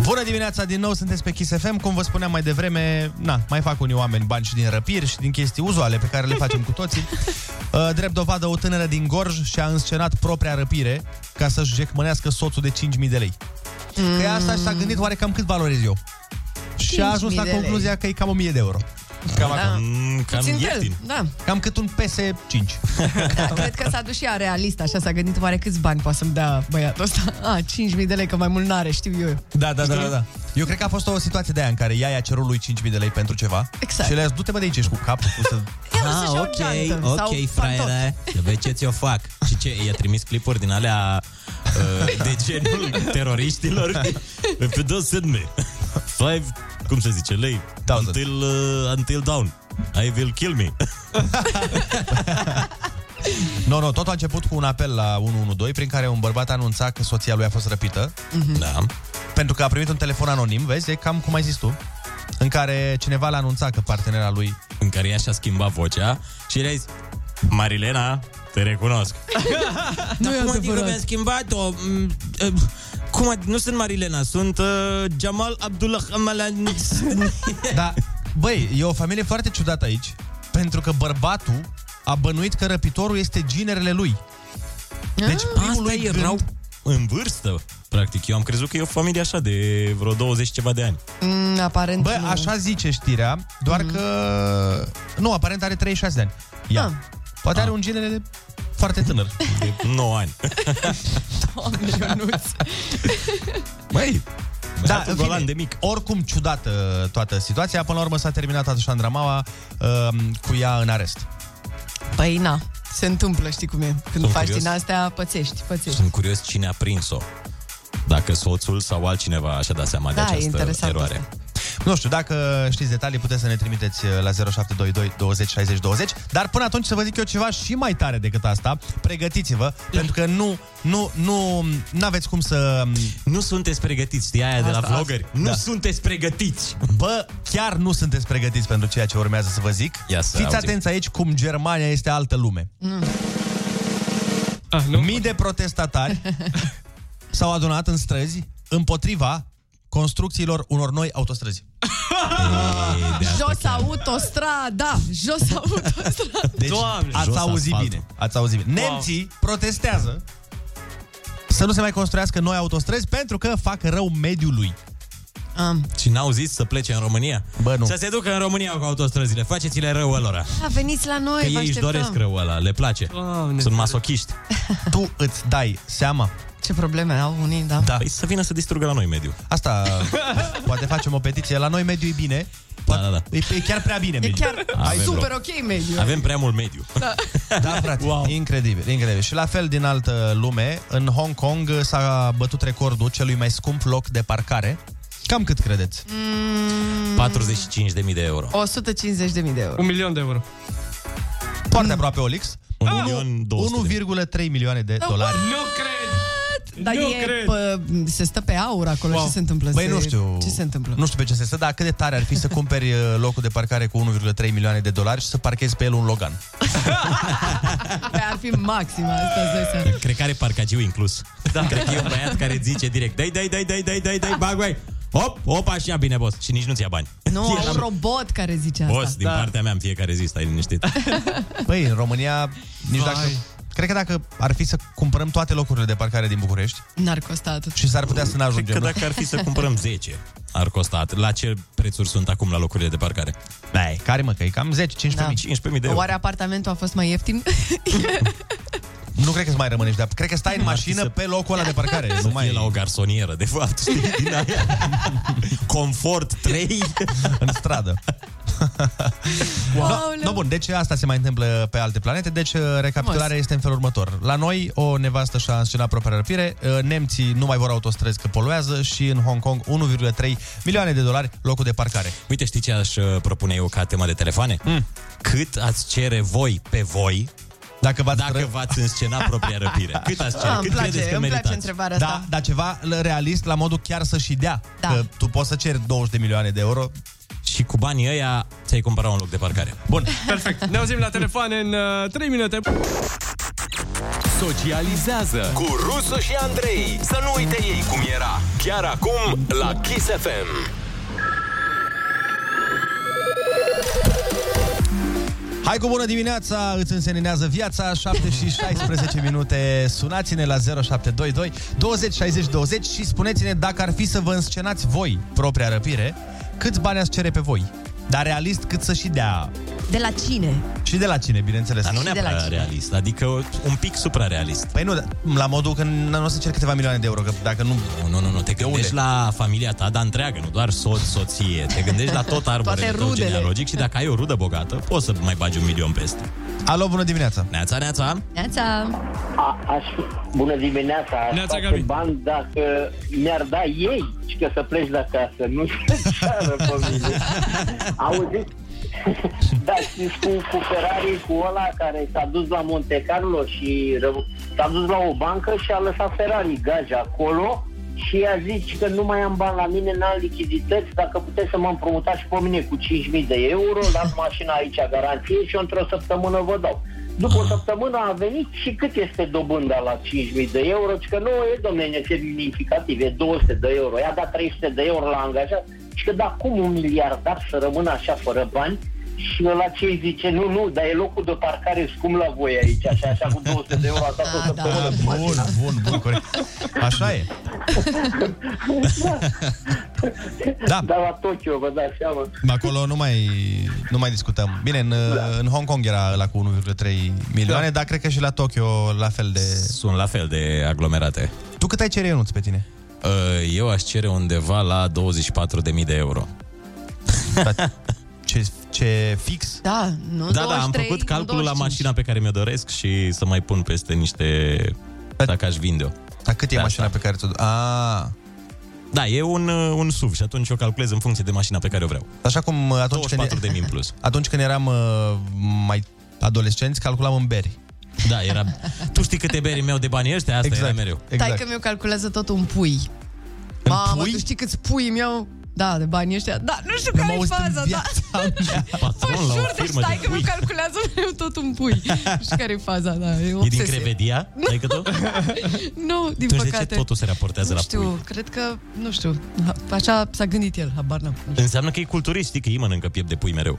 Speaker 4: Bună dimineața din nou, sunteți pe Kiss FM. Cum vă spuneam mai devreme, na, mai fac unii oameni bani și din răpiri și din chestii uzuale pe care le facem cu toții. Uh, Drept dovadă, o tânără din Gorj și-a înscenat propria răpire ca să-și jecmănească soțul de 5.000 de lei. Că ea asta și s-a gândit oare cam cât valorez eu. Și a ajuns
Speaker 7: 5.000
Speaker 4: la
Speaker 7: de lei.
Speaker 4: concluzia că e cam 1.000 de euro. Cam,
Speaker 7: Da.
Speaker 4: acolo.
Speaker 7: Puțin fel, da.
Speaker 4: Cam cât un PS5.
Speaker 7: Da, cred că s-a dus și ea realist, așa s-a gândit oare câți bani poate să-mi dea băiatul ăsta. A, 5.000 de lei, că mai mult n-are, știu eu.
Speaker 4: Da, da, da,
Speaker 7: Știi?
Speaker 4: da, da. Eu cred că a fost o situație de aia în care ea i-a cerut lui 5.000 de lei pentru ceva
Speaker 7: Exact.
Speaker 4: și le-a zis, du-te mă de aici, ești cu capul, cu să...
Speaker 7: Ah,
Speaker 5: ok,
Speaker 7: geantă sau
Speaker 5: ok, fraiere, să vezi ce ți-o fac. Și ce, i-a trimis clipuri din alea uh, de genul teroriștilor. știi? If you don't send me five, cum se zice, lei, until, uh, until down, I will kill me.
Speaker 4: Nu, nu, totul a început cu un apel la 112 prin care un bărbat anunța că soția lui a fost răpită.
Speaker 5: Mhm. Da.
Speaker 4: Pentru că a primit un telefon anonim, vezi, e cam cum ai zis tu, în care cineva l-a anunțat că partenera lui...
Speaker 5: În care ea și-a schimbat vocea și i-a zis, Marilena, te recunosc.
Speaker 13: Nu
Speaker 5: Dar cum adică mi-a schimbat-o? Mm, eh, Cum adică? Nu sunt Marilena, sunt uh, Jamal Abdullah Amalan.
Speaker 4: da, băi, e o familie foarte ciudată aici, pentru că bărbatul a bănuit că răpitorul este ginerele lui. Deci primul
Speaker 5: Ah, Asta
Speaker 4: lui gând-
Speaker 5: erau în vârstă, practic. Eu am crezut că e o familie așa, de vreo 20 ceva de ani.
Speaker 7: Mm, aparent
Speaker 4: Bă,
Speaker 7: nu.
Speaker 4: așa zice știrea, doar
Speaker 7: Mhm.
Speaker 4: mm. că... Nu, aparent are 36 de ani. Ia. Ah. Poate ah. are un genere foarte tânăr.
Speaker 5: De 9 ani.
Speaker 7: Doamne, Ionuț.
Speaker 4: Băi, da,
Speaker 5: Băiatul
Speaker 4: în fine, de mic. oricum ciudată toată situația. Până la urmă s-a terminat Alexandra Maua uh, cu ea în arest.
Speaker 7: Păi na, se întâmplă, știi cum e. Când
Speaker 5: Sunt
Speaker 7: faci
Speaker 5: curios.
Speaker 7: din astea, pățești, pățești.
Speaker 5: Sunt curios cine a prins-o. Dacă soțul sau altcineva și-a dat seama
Speaker 7: Da, e
Speaker 5: de această
Speaker 7: interesant
Speaker 5: eroare.
Speaker 4: Nu știu, dacă știți detalii, puteți să ne trimiteți uh, la 0722 20 60 20. Dar până atunci să vă zic eu ceva și mai tare decât asta. Pregătiți-vă, pentru că nu, nu, nu, n-aveți cum să... um, Da.
Speaker 5: Nu sunteți pregătiți, știi aia
Speaker 4: de
Speaker 5: la vloggeri. Nu
Speaker 4: sunteți pregătiți. Bă, chiar nu sunteți pregătiți pentru ceea ce urmează să vă zic. Ia
Speaker 5: să
Speaker 4: Fiți
Speaker 5: auzim.
Speaker 4: atenți aici cum Germania este altă lume. Ah, nu? Mii de protestatari s-au adunat în străzi împotriva construcțiilor unor noi autostrăzi.
Speaker 7: Jos autostrada, jos autostrada.
Speaker 4: Deci Doamne, ați
Speaker 7: Jos
Speaker 4: auzit
Speaker 7: asfaltul.
Speaker 4: bine. Ați auzit bine.
Speaker 7: Wow.
Speaker 4: Nemții protestează să nu se mai construiască noi autostrăzi pentru că fac rău mediului.
Speaker 7: Am.
Speaker 5: Și n-au zis să plece în România? Bă, nu. Să se ducă în România cu autostrăzile. Faceți-le rău ălora.
Speaker 7: A, Da, veniți la noi,
Speaker 5: Că
Speaker 7: vă
Speaker 5: Păi ei își
Speaker 7: așteptăm.
Speaker 5: doresc rău ăla, le place. Sunt masochiști.
Speaker 4: Tu îți dai seama
Speaker 7: Ce probleme au unii, da?
Speaker 5: Da. Păi să vină să distrugă la noi mediul.
Speaker 4: Asta, poate facem o petiție. La noi mediul e bine.
Speaker 5: Da, da, da.
Speaker 4: E, e chiar prea bine
Speaker 7: E
Speaker 4: mediul.
Speaker 7: chiar
Speaker 4: Avem
Speaker 7: super
Speaker 4: loc.
Speaker 7: ok mediu.
Speaker 5: Avem prea mult mediu.
Speaker 7: Da.
Speaker 4: Da, frate, wow. incredibil, incredibil. Și la fel din altă lume, în Hong Kong s-a bătut recordul celui mai scump loc de parcare. Cam cât credeți?
Speaker 7: Mm,
Speaker 5: 45.000 de euro.
Speaker 7: 150.000 de euro.
Speaker 6: Un milion de euro.
Speaker 4: Foarte aproape, Olix.
Speaker 5: Un milion
Speaker 4: 1,3 milioane de
Speaker 5: Da,
Speaker 4: dolari.
Speaker 6: Nu cred!
Speaker 7: Dar
Speaker 6: nu
Speaker 7: e,
Speaker 6: cred!
Speaker 7: pă, se stă pe aur acolo, wow. ce se întâmplă?
Speaker 4: Băi,
Speaker 7: se,
Speaker 4: nu știu.
Speaker 7: Ce se întâmplă?
Speaker 4: Nu știu pe ce se stă, dar cât de tare ar fi să cumperi uh, locul de parcare cu 1,3 milioane de dolari și să parchezi pe el un Logan.
Speaker 7: Păi ar fi maxim asta, să seara.
Speaker 5: Cred că are parcagiu inclus. Da. Cred că e un băiat care îți zice direct, dai, dai, dai, dai, dai, dai, dai, baguai. Hop, hop, așa, bine, boss. Și nici nu-ți ia bani.
Speaker 7: Nu, au un robot care zice asta.
Speaker 5: Boss, din partea mea, în fiecare zi, stai liniștit.
Speaker 4: Băi, în România, nici dacă... Cred că dacă ar fi să cumpărăm toate locurile de parcare din București,
Speaker 7: N-ar costa atât.
Speaker 4: Și s-ar putea să n-ajungem.
Speaker 5: Cred că dacă ar fi să cumpărăm 10, ar costa. atât. La ce prețuri sunt acum la locurile de parcare?
Speaker 4: Bai, care mă, că e cam 10, 15.000.
Speaker 5: Da. 15.000 de euro.
Speaker 7: Oare apartamentul a fost mai ieftin?
Speaker 4: nu cred că îți mai rămânești, dar cred că stai în mașină pe locul ăla de parcare.
Speaker 5: Să
Speaker 4: nu mai
Speaker 5: fie la o garsonieră, de fapt, știi, din aia. Confort 3.
Speaker 4: în stradă. Wow. No, no, bun, deci asta se mai întâmplă pe alte planete. Deci, uh, recapitularea este în felul următor. La noi, o nevastă și-a înscenat propria răpire, uh, nemții nu mai vor autostrăzi că poluează și în Hong Kong 1,3 milioane de dolari locul de parcare.
Speaker 5: Uite, știi ce aș uh, propune eu ca temă de telefoane?
Speaker 4: Hmm.
Speaker 5: Mm. Cât ați cere voi pe voi
Speaker 4: dacă v-ați,
Speaker 5: dacă v-ați înscenat propria răpire? Cât ați cere?
Speaker 7: Ah, îmi
Speaker 5: Cât
Speaker 7: place,
Speaker 5: credeți că
Speaker 7: îmi place
Speaker 5: meritați?
Speaker 7: întrebarea
Speaker 4: Da,
Speaker 7: asta.
Speaker 4: dar ceva l- realist, la modul chiar să-și dea.
Speaker 7: Da.
Speaker 4: Că tu poți să ceri 20 de milioane de euro.
Speaker 5: Și cu banii ăia ți-ai cumpărat un loc de parcare.
Speaker 4: Bun.
Speaker 6: Perfect. Ne auzim la telefoane în uh, 3 minute.
Speaker 1: Socializează cu Rusu și Andrei. Să nu uite ei cum era. Chiar acum la Kiss FM.
Speaker 4: Hai cu bună dimineața, îți înseninează viața 7 și 16 minute Sunați-ne la 0722 20 60 20 Și spuneți-ne dacă ar fi să vă înscenați voi Propria răpire Câți bani ați cere pe voi Dar realist cât să și dea
Speaker 7: De la cine?
Speaker 4: Și de la cine, bineînțeles
Speaker 5: Dar nu
Speaker 4: Și de la
Speaker 5: neapărat
Speaker 4: cine.
Speaker 5: realist, adică un pic suprarealist.
Speaker 4: Păi nu, dar la modul că nu o să cer câteva milioane de euro, că dacă nu...
Speaker 5: Nu, nu, nu, nu. te gândești la familia ta, dar întreagă, nu doar soț, soție. Te gândești la tot arborele
Speaker 4: Toate
Speaker 5: tău
Speaker 4: rudele.
Speaker 5: genealogic și dacă ai o rudă bogată, poți să mai bagi un milion peste.
Speaker 4: Alo, bună dimineața!
Speaker 5: Neața, neața!
Speaker 7: Da,
Speaker 13: Neața! A, aș, bună dimineața! Aș
Speaker 5: Neața,
Speaker 13: face
Speaker 5: Gabi.
Speaker 13: bani dacă mi-ar da ei și că să pleci de acasă, nu să ceară pe mine. Auziți? da, știți cu, cu Ferrari, cu ăla care s-a dus la Monte Carlo și ră- s-a dus la o bancă și a lăsat Ferrari gaja acolo și i-a zis că nu mai am bani la mine, n-am lichidități, dacă puteți să mă împrumutați și pe mine cu 5.000 de euro, las mașina aici garanție și eu într-o săptămână vă dau. După o săptămână a venit și cât este dobânda la 5.000 de euro, și că nu e, domnule, e semnificativ, e 200 de euro, i-a dat 300 de euro la angajat, și că da, cum un miliardar să rămână așa fără bani, și ăla ce îi zice, nu, nu, dar e locul de parcare scump la voi aici, așa, așa, cu 200 de euro, a dat o săptămână.
Speaker 4: Da, Bun, bun, bun, corect. Așa e.
Speaker 13: Da. Dar la Tokyo, vă dați seama.
Speaker 4: Acolo nu mai, nu mai discutăm. Bine, în, da. în Hong Kong era la cu 1,3 milioane, da. dar cred că și la Tokyo la fel de...
Speaker 5: Sunt la fel de aglomerate.
Speaker 4: Tu cât ai cere, Ionuț, pe tine?
Speaker 5: Uh, Eu aș cere undeva la 24.000 de euro.
Speaker 4: Da. ce, ce fix?
Speaker 7: Da, nu
Speaker 5: Da, da, am făcut calculul la mașina pe care mi-o doresc și să mai pun peste niște... Dacă aș vinde-o.
Speaker 4: Dar cât e mașina pe care tu... A...
Speaker 5: Da, e un, uh, un SUV și atunci eu calculez în funcție de mașina pe care o vreau.
Speaker 4: Așa cum atunci când,
Speaker 5: 24 de mii în plus.
Speaker 4: atunci când eram uh, mai adolescenți, calculam în beri.
Speaker 5: Da, era... Tu știi câte beri meu de bani ăștia? Asta
Speaker 4: Exact,
Speaker 5: era mereu.
Speaker 7: Exact. că mi-o calculează tot un pui. Mamă, tu știi câți pui mi-au... Da, de bani ăștia. Da, nu știu care e faza, da.
Speaker 5: Patron la o
Speaker 7: Jur, deci
Speaker 5: firmă
Speaker 7: stai
Speaker 5: de
Speaker 7: că mi-o
Speaker 5: pui.
Speaker 7: calculează mereu tot un pui. Nu știu care e faza, da, e
Speaker 5: E din
Speaker 7: obsesie.
Speaker 5: Crevedia? Ai că tu?
Speaker 7: Nu, din
Speaker 5: Atunci de
Speaker 7: păcate.
Speaker 5: ce totul se raportează
Speaker 7: nu
Speaker 5: la
Speaker 7: știu,
Speaker 5: pui?
Speaker 7: cred că, nu știu, așa s-a gândit el, habar n-am.
Speaker 5: Înseamnă că e culturist, știi că ei mănâncă piept de pui mereu.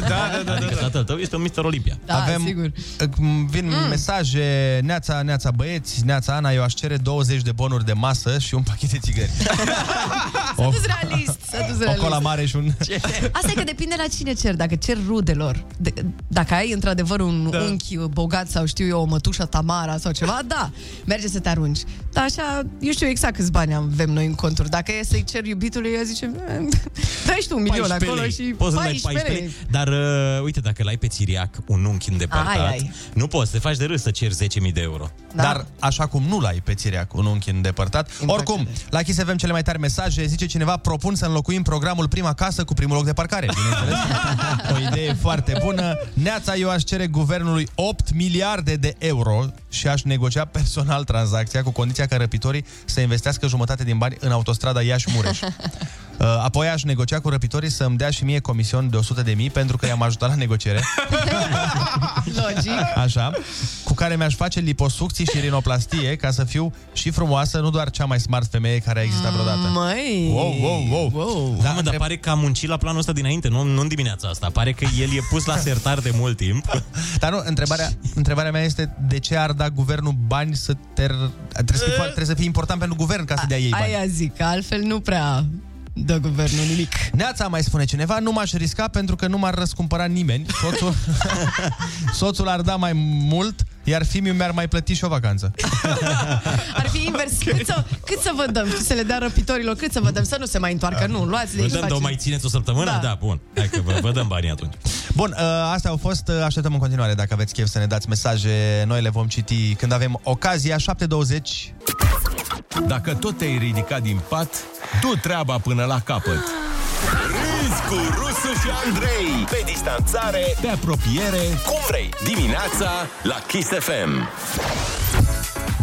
Speaker 5: da, da, da. Adică tatăl tău este un Mr. Olimpia.
Speaker 7: Da,
Speaker 4: Avem,
Speaker 7: sigur.
Speaker 4: îmi Vin mm. mesaje, neața, neața băieți, neața Ana, eu aș cere 20 de bonuri de masă și un pachet de țigări.
Speaker 7: S-a dus realist, s-a dus
Speaker 4: o
Speaker 7: realist.
Speaker 4: cola mare și un...
Speaker 7: Asta e că depinde la cine cer, dacă cer rudelor. De, dacă ai într-adevăr un da. unchi bogat sau știu eu, o mătușă Tamara sau ceva, da, merge să te arunci. Dar așa, eu știu exact câți bani avem noi în conturi. Dacă e să-i cer iubitului, eu zice, dă și tu un milion acolo
Speaker 5: lei.
Speaker 7: și
Speaker 5: poți să dai 14 lei. Dar uh, uite, dacă l-ai pe Țiriac, un unchi îndepărtat,
Speaker 7: Ai, ai.
Speaker 5: nu poți, te faci de râs să ceri 10.000 de euro.
Speaker 4: Da. Dar așa cum nu l-ai pe Țiriac, un unchi îndepărtat. Oricum, la Kiss avem cele mai tari mesaje. Zice cineva, propun să înlocuim programul Prima Casă cu primul loc de parcare. Bineînțeles. o idee foarte bună. Neața, eu aș cere guvernului 8 miliarde de euro și aș negocia personal tranzacția cu condiția ca răpitorii să investească jumătate din bani în autostrada Iași-Mureș. Uh, Apoi aș negocia cu răpitorii să îmi dea și mie comision de 100 de mii pentru că i-am ajutat la negociere.
Speaker 7: Logic.
Speaker 4: Așa, cu care mi-aș face liposucții și rinoplastie ca să fiu și frumoasă, nu doar cea mai smart femeie care a existat
Speaker 5: Mm.
Speaker 4: vreodată.
Speaker 7: Măi!
Speaker 4: Wow, wow, wow!
Speaker 7: wow.
Speaker 5: Da, mă, dar pare că a muncit la planul ăsta dinainte, nu, nu în dimineața asta. Pare că el e pus la sertar de mult timp.
Speaker 4: Dar nu, întrebarea, întrebarea mea este de ce ar da guvernul bani să te... r- Trebuie să, fii, foarte- trebuie să fii important pentru guvern ca să dea ei bani.
Speaker 7: Aia zic, că altfel nu prea dă guvernul nimic.
Speaker 4: Neața mai spune cineva, nu m-aș risca pentru că nu m-ar răscumpăra nimeni. Soțul, soțul ar da mai mult, iar fimiu mi-ar mai plăti și o vacanță.
Speaker 7: Ar fi invers. Cât, să, cât să vă dăm? Știi, Să le dea răpitorilor, cât să vă dăm? Să nu se mai întoarcă, nu, luați
Speaker 5: Vă
Speaker 7: de
Speaker 5: dăm, dar o mai țineți o săptămână?
Speaker 7: Da.
Speaker 5: Da, bun. Hai că vă, vă dăm banii atunci.
Speaker 4: Bun, ă, astea au fost, ă, așteptăm în continuare dacă aveți chef să ne dați mesaje, noi le vom citi când avem ocazia, 7.20.
Speaker 8: Dacă tot te-ai ridicat din pat, tu treaba până la capăt.
Speaker 1: Râzi cu Rusu și Andrei. Pe distanțare,
Speaker 8: pe apropiere,
Speaker 1: cum vrei. Dimineața la Kiss FM.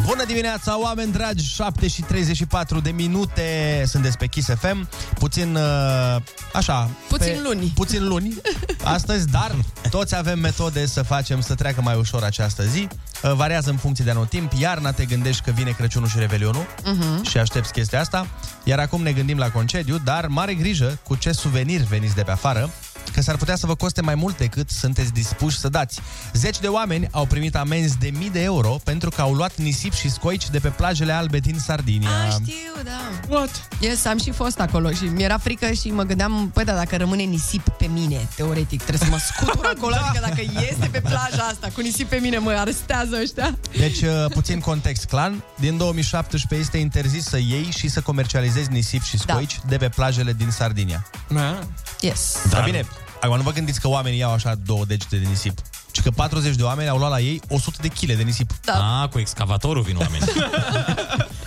Speaker 4: Bună dimineața, oameni dragi! 7 și 34 de minute sunt despre Kiss FM. Puțin, uh, așa...
Speaker 7: Puțin luni.
Speaker 4: Puțin luni astăzi, dar toți avem metode să facem să treacă mai ușor această zi. Uh, variază în funcție de anotimp. Iarna te gândești că vine Crăciunul și Revelionul
Speaker 7: Mhm.
Speaker 4: și aștepți chestia asta. Iar acum ne gândim la concediu, dar mare grijă cu ce suvenir veniți de pe afară, că s-ar putea să vă coste mai mult decât sunteți dispuși să dați. Zeci de oameni au primit amenzi de mii de euro pentru că au luat nisip și scoici de pe plajele albe din Sardinia.
Speaker 7: A, știu, da. What? Yes, am și fost acolo și mi-era frică și mă gândeam, păi da, dacă rămâne nisip pe mine, teoretic, trebuie să mă scutur acolo, da. adică dacă este pe plaja asta cu nisip pe mine, mă arestează ăștia.
Speaker 4: Deci, uh, puțin context, clan. Din 2017 este interzis să iei și să comercializezi nisip și scoici da. de pe plajele din Sardinia.
Speaker 7: Da. Yes.
Speaker 4: Dar bine, acum nu vă gândiți că oamenii iau așa două degete de nisip, ci că 40 de oameni au luat la ei 100 de kg de nisip.
Speaker 7: Da.
Speaker 4: A, cu excavatorul vin oameni.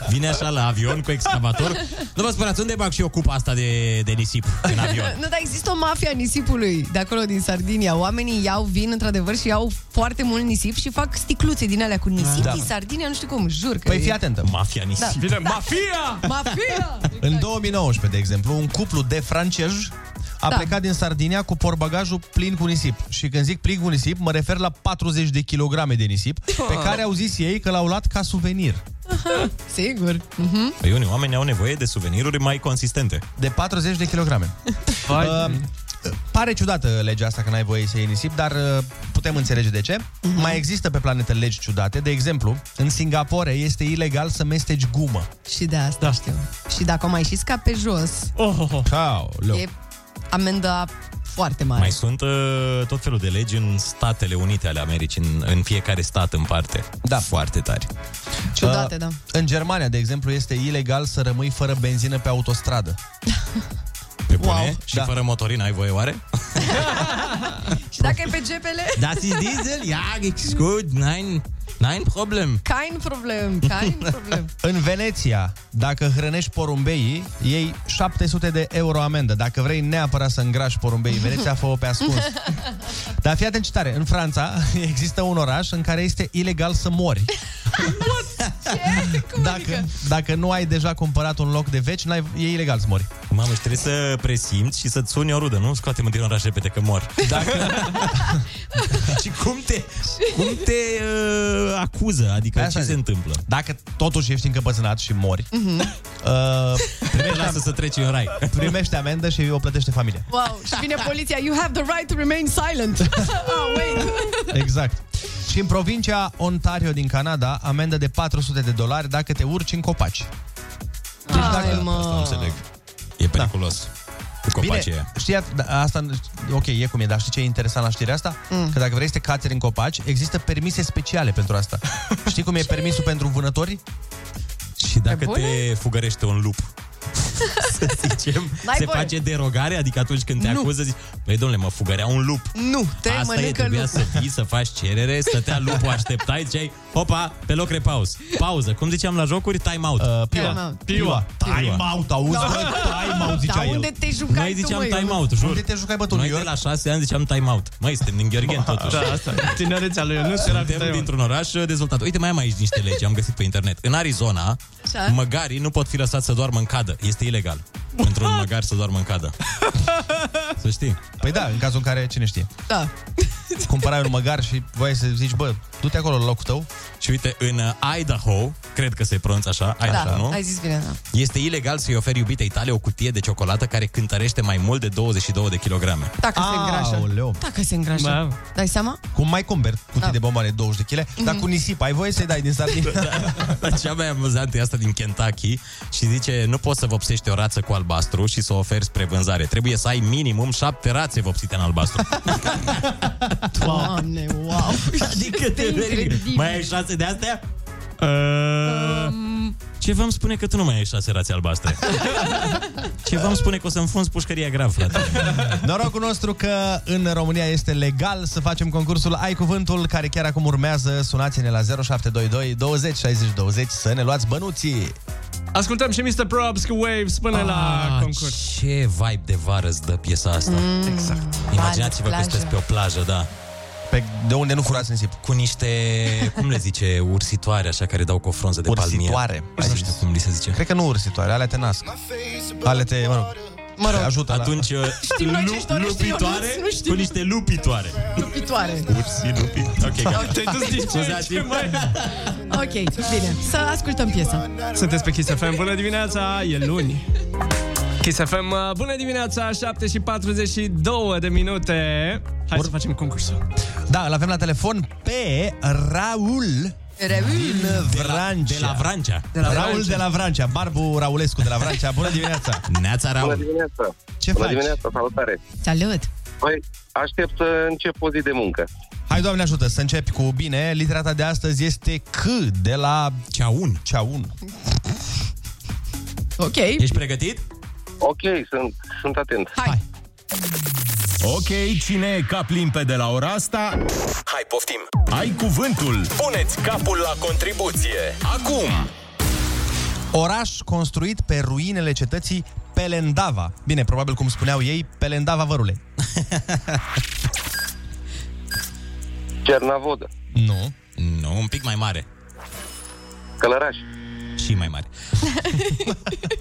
Speaker 5: Vine așa la avion cu excavator. Nu vă spărați, unde bag și eu cupa asta de, de nisip în avion?
Speaker 7: nu, dar există o mafia a nisipului de acolo din Sardinia. Oamenii iau, vin într-adevăr și iau foarte mult nisip și fac sticluțe din alea cu nisip
Speaker 4: Da.
Speaker 7: din Sardinia, nu știu cum, jur că
Speaker 4: Păi
Speaker 7: e-
Speaker 4: fii atentă. Mafia
Speaker 7: Da. Mafia! Exact.
Speaker 4: În 2019, de exemplu, un cuplu de francezi a
Speaker 7: Da.
Speaker 4: plecat din Sardinia cu porbagajul plin cu nisip. Și când zic plin cu nisip, mă refer la 40 de kilograme de nisip, pe
Speaker 7: Ah.
Speaker 4: care au zis ei că l-au luat ca suvenir.
Speaker 7: Aha, Sigur. Mhm.
Speaker 5: Păi unii oameni au nevoie de suveniruri mai consistente.
Speaker 4: De 40 de kilograme. Uh, pare ciudată legea asta că n-ai voie să iei nisip, dar uh, putem înțelege de ce.
Speaker 7: Mhm.
Speaker 4: Mai există pe planetă legi ciudate. De exemplu, în Singapore este ilegal să mesteci gumă.
Speaker 7: Și de asta da. știu. Și dacă o mai și scap pe jos,
Speaker 4: Oh, oh, oh.
Speaker 7: e amenda foarte mare.
Speaker 5: Mai sunt uh, tot felul de legi în Statele Unite ale Americii, în, în fiecare stat în parte.
Speaker 4: Da.
Speaker 5: Foarte tari.
Speaker 7: Ciudate, da.
Speaker 4: Uh, În Germania, de exemplu, este ilegal să rămâi fără benzină pe autostradă.
Speaker 5: Pe bune? Wow. Și da. fără motorină ai voie oare?
Speaker 7: Și dacă e pe GPL...
Speaker 5: Das ist Diesel? Ja, geht's gut. Nein, nein Problem.
Speaker 7: Kein problem, kein problem.
Speaker 4: În Veneția, dacă hrănești porumbeii, iei 700 de euro amendă. Dacă vrei neapărat să îngrași porumbeii în Veneția, fă-o pe ascuns. Dar fii atent ce tare. În Franța există un oraș în care este ilegal să mori.
Speaker 7: adică?
Speaker 4: dacă, dacă nu ai deja cumpărat un loc de veci, n-ai, e ilegal să mori.
Speaker 5: Mamă, și trebuie să presimți și să-ți suni o rudă, nu? Scoate-mă din oraș repede că mor. Dacă... și cum te, cum te uh, acuză? Adică
Speaker 4: Asta
Speaker 5: ce
Speaker 4: Păi zic.
Speaker 5: se întâmplă?
Speaker 4: Dacă totuși ești încăpățânat și mori,
Speaker 7: Mhm.
Speaker 4: uh, primești,
Speaker 5: lasă să treci în rai.
Speaker 4: primești amendă și o plătește familia.
Speaker 7: Wow, și vine poliția You have the right to remain silent oh, wait.
Speaker 4: Exact. Și în provincia Ontario din Canada, amendă de 400 de dolari dacă te urci în copaci.
Speaker 7: Deci dacă...
Speaker 5: Asta nu înțeleg. E periculos. Da. Cu copacii
Speaker 4: Bine,
Speaker 5: aia.
Speaker 4: știa, da, asta, ok, e cum e, dar știi ce e interesant la știrea asta? Mm. Că dacă vrei să te cațeri în copaci, există permise speciale pentru asta. știi cum e permisul pentru vânători?
Speaker 5: Și dacă
Speaker 4: bune?
Speaker 5: te fugărește un lup, să zicem,
Speaker 7: N-ai
Speaker 5: se
Speaker 7: voie.
Speaker 5: face derogare, adică atunci când te
Speaker 7: Nu.
Speaker 5: acuză, zici, păi domnule, mă fugărea un lup.
Speaker 7: Nu, te
Speaker 5: Asta e,
Speaker 7: mănâncă
Speaker 5: trebuia
Speaker 7: lupul
Speaker 5: să vii, să faci cerere, stătea lupul, așteptai, ziceai, opa, pe loc repaus. Pauză. Cum ziceam la jocuri? Time out. Uh,
Speaker 7: piua. Time out.
Speaker 4: Piua. Time out, auzi,
Speaker 7: Da.
Speaker 4: bă, time out, zicea
Speaker 7: Dar
Speaker 4: el.
Speaker 7: unde te jucai
Speaker 5: Noi
Speaker 7: tu,
Speaker 5: ziceam
Speaker 7: măi?
Speaker 5: time out, jur.
Speaker 4: Unde te jucai, bă, tu,
Speaker 5: Noi
Speaker 4: New
Speaker 5: de
Speaker 4: York?
Speaker 5: la șase ani ziceam time out. Mai suntem din Gheorgheni, totuși.
Speaker 6: Da, asta e.
Speaker 5: Tinerețea lui
Speaker 6: Ionuț era cu time
Speaker 5: Suntem
Speaker 6: out.
Speaker 5: dintr-un oraș uh, dezvoltat. Uite, mai am aici niște legi, am găsit pe internet. În Arizona,
Speaker 7: Așa.
Speaker 5: măgarii nu pot fi lăsați să doarmă în cadă. Este ilegal. Pentru un măgar să doarmă în cadă. Să știi.
Speaker 4: Păi da, în cazul în care, cine știe,
Speaker 7: Da.
Speaker 4: cumpărai un măgar și voiai să zici, bă, du-te acolo la locul tău.
Speaker 5: Și uite, în uh, Idaho, cred că se pronunță așa, Idaho,
Speaker 7: da,
Speaker 5: nu?
Speaker 7: ai zis bine, da.
Speaker 5: Este ilegal să-i oferi iubitei tale o cutie de ciocolată care cântărește mai mult de 22 de kilograme.
Speaker 7: Dacă se îngrașă.
Speaker 4: Aoleu.
Speaker 7: Dacă se îngrașă.
Speaker 4: Da.
Speaker 5: Mamă.
Speaker 7: Dai seama?
Speaker 4: Cum mai cumperi cutii
Speaker 7: Da.
Speaker 4: de bomboane 20 de kg, dar cu nisip ai voie să-i dai din Sardinia.
Speaker 5: Dar Mhm. Da. Cea mai amuzantă e asta din Kentucky și zice, nu poți să vopsești o rață cu albastru și să o oferi spre vânzare. Trebuie să ai minimum șapte rațe vopsite în albastru.
Speaker 7: Doamne, wow.
Speaker 5: adică
Speaker 7: de incredibil.
Speaker 5: mai ai șase de astea? Uh, Ce v-am spune că tu nu mai ai șase rațe albastre? Ce v-am spune că o să înfunzi pușcăria grav, frate?
Speaker 4: Norocul nostru că în România este legal să facem concursul Ai Cuvântul, care chiar acum urmează. Sunați-ne la 0722 20 60 20 să ne luați bănuții.
Speaker 6: Ascultăm și Mr. Probs cu Waves până la
Speaker 5: Ah,
Speaker 6: concurs.
Speaker 5: Ce vibe de vară îți dă piesa asta?
Speaker 6: Mm. Exact.
Speaker 5: Imaginați-vă că
Speaker 6: Plajă.
Speaker 5: sunteți pe o plajă, da.
Speaker 4: Pe de unde nu furați nisip?
Speaker 5: Cu niște, cum le zice, ursitoare, așa, care dau cu o fronză de palmier.
Speaker 4: Ursitoare.
Speaker 5: Nu știu cum li se zice.
Speaker 4: Cred că nu ursitoare, alea te nasc. Ale te, mă rog,
Speaker 5: Mă rog,
Speaker 4: te ajută
Speaker 5: atunci, uh,
Speaker 4: la...
Speaker 7: Știm noi ce-și dorește
Speaker 5: lupitoare
Speaker 7: Ionuț, nu știm.
Speaker 5: cu niște lupitoare.
Speaker 7: Lupitoare.
Speaker 5: Ursi, lupi. Ok, gata.
Speaker 6: Te-ai dus din ce în ce mai...
Speaker 7: Ok, bine. Să ascultăm piesa.
Speaker 6: Sunteți pe Kiss FM, bună dimineața, e luni. Kiss FM, bună dimineața, 7 și 42 de minute. Hai să facem concursul.
Speaker 4: Da, îl avem la uh, telefon pe Raul.
Speaker 7: Raul.
Speaker 4: De la, de la Vrancea.
Speaker 5: De la
Speaker 4: Raul de
Speaker 5: Vrancea.
Speaker 4: la Vrancea, Barbu Raulescu de la Vrancea. Bună dimineața!
Speaker 5: Neața,
Speaker 14: Bună
Speaker 5: Raul.
Speaker 14: dimineața!
Speaker 4: Ce
Speaker 14: Bună
Speaker 4: faci?
Speaker 14: dimineața, salutare!
Speaker 7: Salut!
Speaker 14: Păi, aștept să încep o zi de muncă.
Speaker 4: Hai, Doamne ajută, să începi cu bine. Litera ta de astăzi este C de la... Ceaun. Ceaun.
Speaker 7: Ok. Ești
Speaker 5: pregătit?
Speaker 14: Ok, sunt, sunt atent.
Speaker 7: Hai!
Speaker 8: Ok, cine e cap limpede la ora asta?
Speaker 1: Hai, poftim!
Speaker 8: Ai cuvântul!
Speaker 1: Puneți capul la contribuție! Acum!
Speaker 4: Oraș construit pe ruinele cetății Pelendava. Bine, probabil cum spuneau ei, Pelendava Vărule.
Speaker 14: Cernavodă,
Speaker 4: Nu.
Speaker 5: Nu, un pic mai mare.
Speaker 14: Călăraș,
Speaker 5: Și mai mare.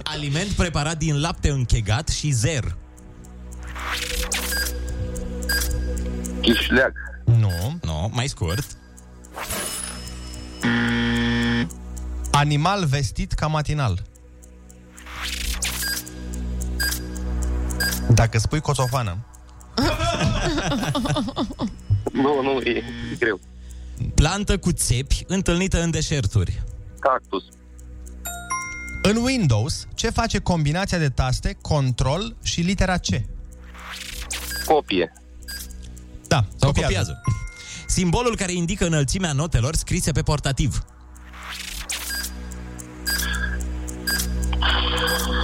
Speaker 5: Aliment preparat din lapte închegat și zer.
Speaker 14: Chișleac,
Speaker 4: Nu.
Speaker 5: Nu, mai scurt.
Speaker 4: Animal vestit ca matinal. Dacă spui coțofană.
Speaker 14: Nu, nu, e, e greu.
Speaker 5: Plantă cu țepi întâlnită în deșerturi.
Speaker 14: Cactus,
Speaker 4: În Windows, ce face combinația de taste, control și litera C?
Speaker 14: copie,
Speaker 4: Da,
Speaker 5: Sau copiază. copiază. Simbolul care indică înălțimea notelor scrise pe portativ.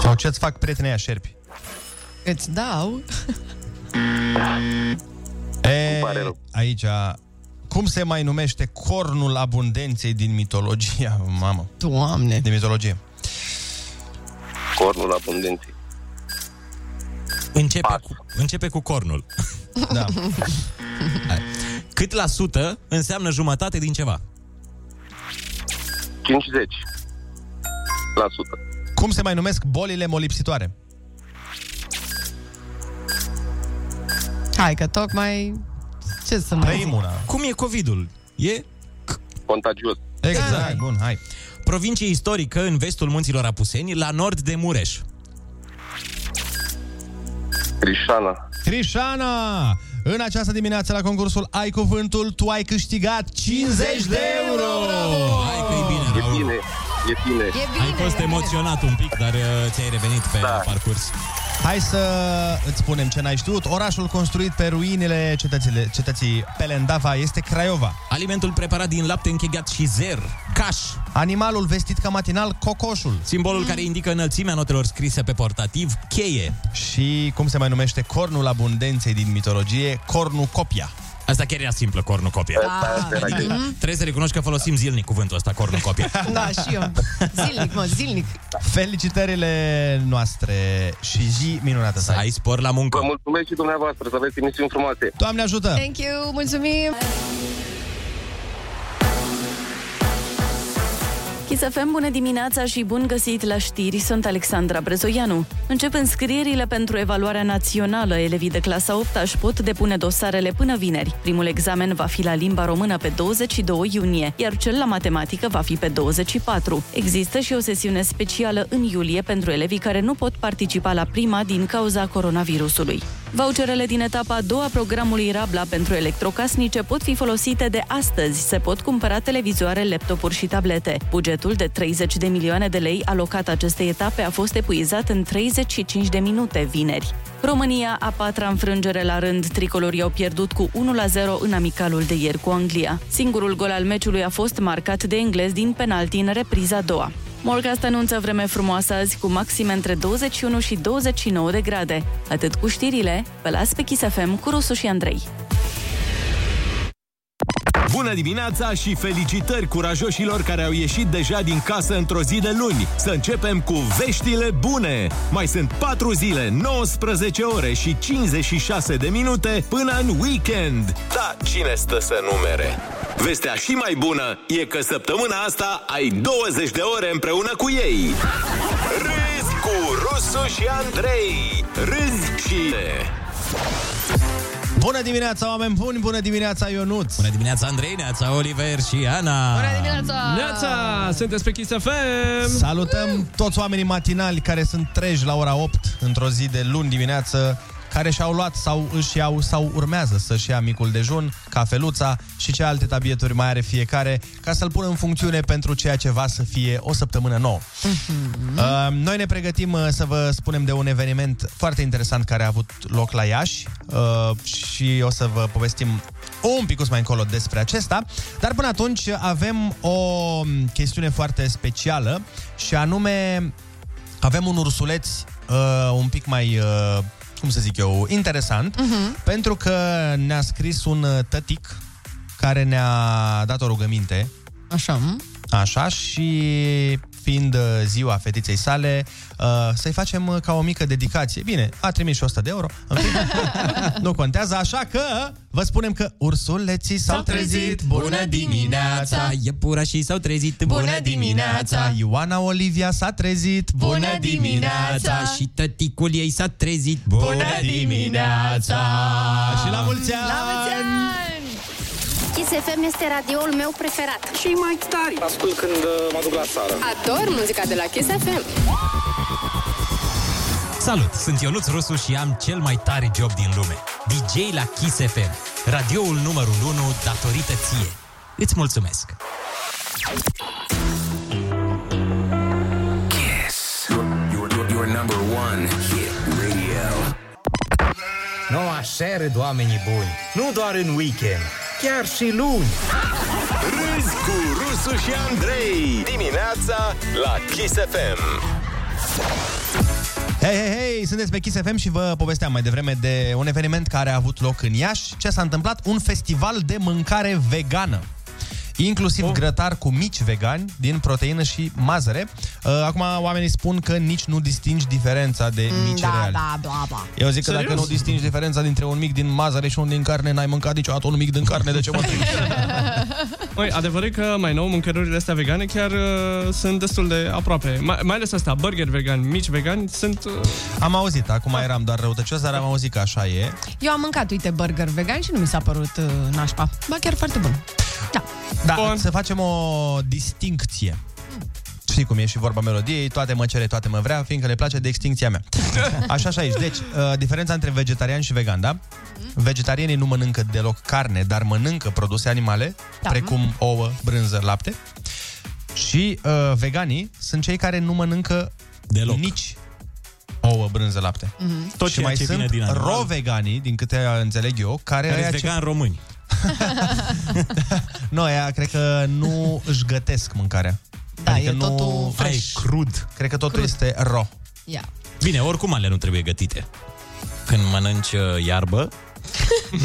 Speaker 4: Sau ce-ți fac prietenii aia șerpi?
Speaker 7: Îți dau.
Speaker 4: E, aici, cum se mai numește cornul abundenței din mitologia? Mamă.
Speaker 7: Doamne.
Speaker 4: Din mitologie.
Speaker 14: cornul abundenței.
Speaker 5: Începe cu, începe cu cornul.
Speaker 4: Da.
Speaker 5: Cât la sută înseamnă jumătate din ceva?
Speaker 14: 50 la sută.
Speaker 4: Cum se mai numesc bolile molipsitoare?
Speaker 7: Hai că tocmai... Ce să mai zic?
Speaker 5: Cum e COVID-ul? E?
Speaker 14: Contagios.
Speaker 4: Exact, bun, hai.
Speaker 5: Provincie istorică în vestul munților Apuseni, la nord de Mureș.
Speaker 14: Crișana,
Speaker 4: Crișana! În această dimineață la concursul Ai Cuvântul, tu ai câștigat 50 de euro!
Speaker 5: Hai că e bine, Raul. E bine,
Speaker 14: e bine.
Speaker 5: E bine Ai fost emoționat un pic, dar uh, ți-ai revenit pe da. parcurs.
Speaker 4: Hai să îți spunem ce n-ai știut. Orașul construit pe ruinele cetățile, cetății Pelendava este Craiova.
Speaker 5: Alimentul preparat din lapte închegheat și zer, caș.
Speaker 4: Animalul vestit ca matinal, cocoșul.
Speaker 5: Simbolul care indică înălțimea notelor scrise pe portativ, cheie.
Speaker 4: Și cum se mai numește cornul abundenței din mitologie, cornucopia.
Speaker 5: Asta chiar era simplă, cornucopia.
Speaker 7: Ah,
Speaker 5: Adică, trebuie să recunoști că folosim zilnic cuvântul ăsta, cornucopia.
Speaker 7: Da, și eu. Zilnic, mă, zilnic.
Speaker 4: Felicitările noastre și zi minunată să ai.
Speaker 5: spor la muncă.
Speaker 14: Vă mulțumesc și dumneavoastră, să aveți emisiuni frumoase.
Speaker 4: Doamne
Speaker 5: Da.
Speaker 4: ajută!
Speaker 7: Thank you, mulțumim!
Speaker 9: Chisafem, bună dimineața și bun găsit la știri, sunt Alexandra Brezoianu. Încep înscrierile pentru evaluarea națională. Elevii de clasa 8 își pot depune dosarele până vineri. Primul examen va fi la limba română pe 22 iunie, iar cel la matematică va fi pe 24. Există și o sesiune specială în iulie pentru elevii care nu pot participa la prima din cauza coronavirusului. Voucherele din etapa a doua a programului Rabla pentru electrocasnice pot fi folosite de astăzi. Se pot cumpăra televizoare, laptopuri și tablete. Bugetul de 30 de milioane de lei alocat acestei etape a fost epuizat în 35 de minute vineri. România, a patra înfrângere la rând, tricolorii au pierdut cu 1-0 în amicalul de ieri cu Anglia. Singurul gol al meciului a fost marcat de englez din penalti în repriza a doua. Morgast anunță vreme frumoasă azi cu maxime între 21 și 29 de grade. Atât cu știrile, vă las pe Kiss FM cu Rusu și Andrei.
Speaker 8: Bună dimineața și felicitări curajoșilor care au ieșit deja din casă într-o zi de luni. Să începem cu veștile bune. Mai sunt 4 zile, 19 ore și 56 de minute până în weekend. Da, cine stă să numere? Vestea și mai bună e că săptămâna asta ai 20 de ore împreună cu ei. Râzi cu Rusu și Andrei. Râzi și...
Speaker 4: Bună dimineața, oameni buni! Bună dimineața, Ionuț! Bună
Speaker 5: dimineața, Andrei, neața, Oliver și Ana!
Speaker 6: Bună dimineața! Neața! Sunteți pe Kiss FM!
Speaker 4: Salutăm toți oamenii matinali care sunt treji la ora 8 într-o zi de luni dimineață care și-au luat sau își iau sau urmează să-și ia micul dejun, cafeluța și ce alte tabieturi mai are fiecare ca să-l pună în funcțiune pentru ceea ce va să fie o săptămână nouă. Uh, Noi ne pregătim uh, să vă spunem de un eveniment foarte interesant care a avut loc la Iași uh, și o să vă povestim un pic mai încolo despre acesta. Dar până atunci avem o m, chestiune foarte specială și anume avem un ursuleț uh, un pic mai, uh, cum să zic eu, interesant, uh-huh. pentru că ne-a scris un uh, tătic care ne-a dat o rugăminte.
Speaker 7: Așa, m?
Speaker 4: Așa și fiind uh, ziua fetiței sale, uh, să-i facem uh, ca o mică dedicație. Bine, a trimis și 100 de euro. În fine, nu contează, așa că vă spunem că ursuleții s-au trezit.
Speaker 5: Bună dimineața! Iepurașii s-au trezit. Bună dimineața!
Speaker 4: Ioana Olivia s-a trezit.
Speaker 5: Bună dimineața! Și tăticul ei s-a trezit. Bună dimineața!
Speaker 4: Și la mulți ani!
Speaker 15: La mulți ani! Kiss FM este radioul meu preferat. Și mai tare.
Speaker 14: Ascult când mă duc la țară.
Speaker 15: Ador muzica de la Kiss FM.
Speaker 5: Salut, sunt Ionuț Rusu și am cel mai tare job din lume. DJ la Kiss FM, radioul numărul 1 datorită ție. Îți mulțumesc!
Speaker 1: Kiss. Your, your, your number one hit radio.
Speaker 12: Nu așa râd oamenii buni, nu doar în weekend, chiar și luni.
Speaker 8: Râzi cu Rusu și Andrei. Dimineața la Kiss FM.
Speaker 4: Hei, hei, hei, sunteți pe Kiss FM și vă povesteam mai devreme de un eveniment care a avut loc în Iași. Ce s-a întâmplat? Un festival de mâncare vegană. Inclusiv oh. grătar cu mici vegani din proteină și mazăre. Uh, Acum oamenii spun că nici nu distingi diferența de mm, mici
Speaker 7: da,
Speaker 4: reale.
Speaker 7: da, da, da.
Speaker 4: Eu zic că Serios? dacă nu distingi diferența dintre un mic din mazăre și un din carne, n-ai mâncat niciodată un mic din carne, de ce mă întrebi?
Speaker 6: Măi, adevărul e că mai nou mâncărurile astea vegane chiar uh, sunt destul de aproape. Mai, mai ales asta, burger vegan, mici vegani, sunt... Uh, Ah.
Speaker 4: Am auzit, acum eram doar răutăcios, dar am auzit că așa e.
Speaker 7: Eu am mâncat, uite, burger vegan și nu mi s-a părut uh, nașpa. Ba chiar foarte bun. Da.
Speaker 4: Da, Bun. să facem o distincție. Știi cum e și vorba melodiei, toate mă cere, toate mă vrea, fiindcă le place de extinția mea. Așa și aici. Deci, uh, diferența între vegetarian și vegan, da? Vegetarienii nu mănâncă deloc carne, dar mănâncă produse animale,
Speaker 7: Da.
Speaker 4: precum ouă, brânză, lapte. Și uh, veganii sunt cei care nu mănâncă deloc. nici ouă, brânză, lapte.
Speaker 5: Mhm.
Speaker 4: Tot
Speaker 5: Tot
Speaker 4: și
Speaker 5: ceea
Speaker 4: mai
Speaker 5: ce vine
Speaker 4: sunt
Speaker 5: din animal.
Speaker 4: ro-veganii, din câte înțeleg eu, care...
Speaker 5: Care
Speaker 4: aia
Speaker 5: sunt
Speaker 4: ce-
Speaker 5: vegani români.
Speaker 4: nu, aia cred că nu își gătesc mâncarea.
Speaker 7: Da,
Speaker 4: adică
Speaker 7: e
Speaker 4: nu
Speaker 7: totul fresh.
Speaker 4: Ai crud. Cred că totul
Speaker 7: Crud.
Speaker 4: este ro.
Speaker 7: Ia.
Speaker 5: Bine, oricum alea nu trebuie gătite. Când mănânci uh, iarbă,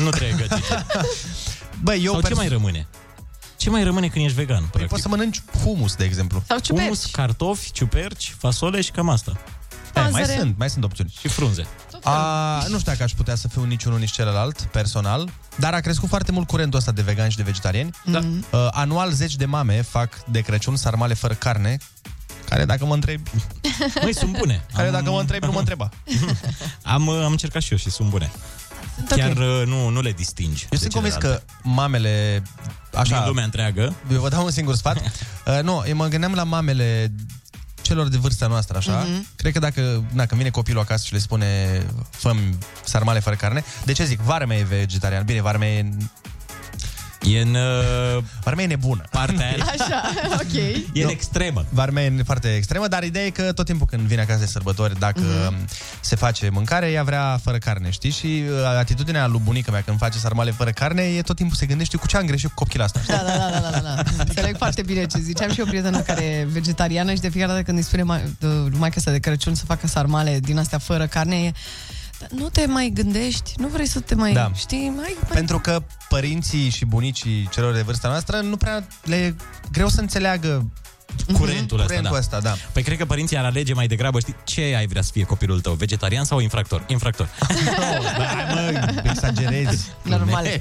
Speaker 5: nu trebuie gătite.
Speaker 4: Bă, eu
Speaker 5: Sau ce
Speaker 4: pers-
Speaker 5: mai rămâne? Ce mai rămâne când ești vegan? Păi
Speaker 4: poți să mănânci humus, de exemplu.
Speaker 7: Sau ciuperci.
Speaker 5: Humus, cartofi, ciuperci, fasole și cam asta.
Speaker 4: Da, mai sunt, mai sunt opțiuni.
Speaker 5: Și frunze.
Speaker 4: A, nu știu dacă aș putea să fiu niciunul, nici celălalt, personal, dar a crescut foarte mult curentul ăsta de vegani și de vegetariani.
Speaker 6: Da.
Speaker 4: Uh, anual zeci de mame fac de Crăciun sarmale fără carne, care dacă mă întrebi...
Speaker 5: Măi, sunt bune.
Speaker 4: Care dacă mă întrebi, nu mă întreba.
Speaker 5: Am, uh, am încercat și eu și sunt bune.
Speaker 4: Sunt
Speaker 5: Chiar
Speaker 4: ok.
Speaker 5: uh, nu, nu le distingi.
Speaker 4: Eu sunt convins că mamele... Așa,
Speaker 5: Din lumea întreagă.
Speaker 4: Eu vă dau un singur sfat. Uh, nu, eu mă gândeam la mamele celor de vârsta noastră, așa.
Speaker 5: Mhm.
Speaker 4: Mm-hmm. Cred că dacă, dacă vine copilul acasă și le spune făm sarmale fără carne, de ce zic, vara mea e vegetarian. Bine, vara mea e...
Speaker 5: E în... Uh,
Speaker 4: vara mea e nebună.
Speaker 5: Partea aia.
Speaker 7: Așa, ok.
Speaker 5: E în extremă.
Speaker 4: Varmea e foarte extremă, dar ideea e că tot timpul când vine acasă de sărbători, dacă
Speaker 5: Mhm.
Speaker 4: mm-hmm. se face mâncare, ea vrea fără carne, știi? Și uh, atitudinea lui bunica mea când face sarmale fără carne, e tot timpul se gândește cu ce am greșit cu copchila asta.
Speaker 7: Da, da, da, da, da, da. Înțeleg foarte bine ce ziceam și o prietenă care e vegetariană și de fiecare dată când îi spune mai, de, mai de Crăciun să facă sarmale din astea fără carne, e, da, Nu te mai gândești, nu vrei să te mai...
Speaker 4: Da.
Speaker 7: Știi, mai...
Speaker 5: Păi-
Speaker 4: Pentru că părinții și bunicii celor de vârsta noastră nu prea le e greu să înțeleagă
Speaker 5: curentul, ăsta,
Speaker 4: Mhm. Curentul
Speaker 5: da.
Speaker 4: ăsta, da.
Speaker 5: Păi cred că părinții ar alege mai degrabă, știi, ce ai vrea să fie copilul tău, vegetarian sau infractor? Infractor.
Speaker 4: Ah. Oh, da, exagerezi.
Speaker 7: Normal.
Speaker 4: Uh,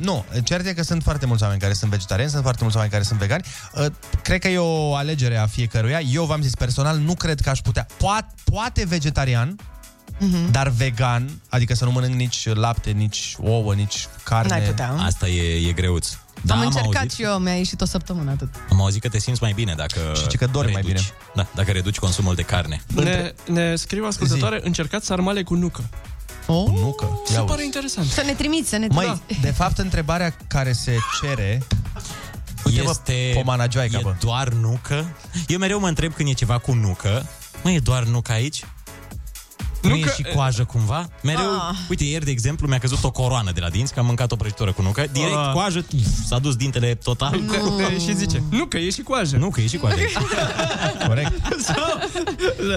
Speaker 4: nu, cert e că sunt foarte mulți oameni care sunt vegetariani, sunt foarte mulți oameni care sunt vegani. Uh, cred că e o alegere a fiecăruia. Eu v-am zis personal, nu cred că aș putea. Poate, poate vegetarian,
Speaker 7: Mhm.
Speaker 4: dar vegan, adică să nu mănânc nici lapte, nici ouă, nici carne.
Speaker 7: N-ai putea.
Speaker 5: Asta e, e greuț.
Speaker 7: Da,
Speaker 5: Da,
Speaker 7: am,
Speaker 5: am
Speaker 7: încercat
Speaker 5: auzit.
Speaker 7: și eu, mi-a ieșit o săptămână atât.
Speaker 5: Am auzit că te simți mai bine dacă Și că dori mai bine. Da, dacă reduci consumul de carne.
Speaker 6: Ne, ne scriu ascultătoare, încercați sarmale cu nucă.
Speaker 7: Oh,
Speaker 4: nucă.
Speaker 6: Se pare interesant.
Speaker 7: Să ne trimiți, să ne trimiți.
Speaker 4: Mai, de fapt, întrebarea care se cere
Speaker 5: este pomana joaica, e doar nucă? Eu mereu mă întreb când e ceva cu nucă. Mă, e doar nucă aici? Nu
Speaker 6: Nucă-
Speaker 5: e și coajă cumva? Mereu,
Speaker 6: Ah.
Speaker 5: ah. uite, ieri, de exemplu, mi-a căzut o coroană de la dinți, că am mâncat o prăjitură cu nucă. Direct,
Speaker 6: Ah.
Speaker 5: ah. coajă, pf, s-a dus dintele total.
Speaker 6: Nucă- Nu. și zice, nucă, e și coajă.
Speaker 5: Nucă, e și coajă.
Speaker 4: Corect.
Speaker 6: Sau,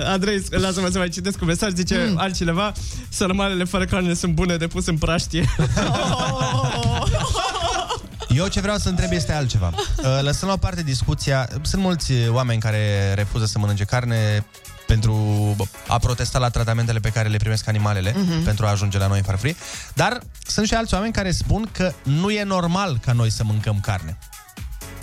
Speaker 6: Andrei, lasă-mă să mai citesc un mesaj, zice mm. altcineva, sărmalele fără carne sunt bune de pus în praștie.
Speaker 4: Eu ce vreau să întreb este altceva. Uh, Lăsăm la o parte discuția. Sunt mulți uh, oameni care refuză să mănânce carne pentru a protesta la tratamentele pe care le primesc animalele
Speaker 5: Mhm.
Speaker 4: uh-huh. pentru a ajunge la noi în farfurie. Dar sunt și alți oameni care spun că nu e normal ca noi să mâncăm carne.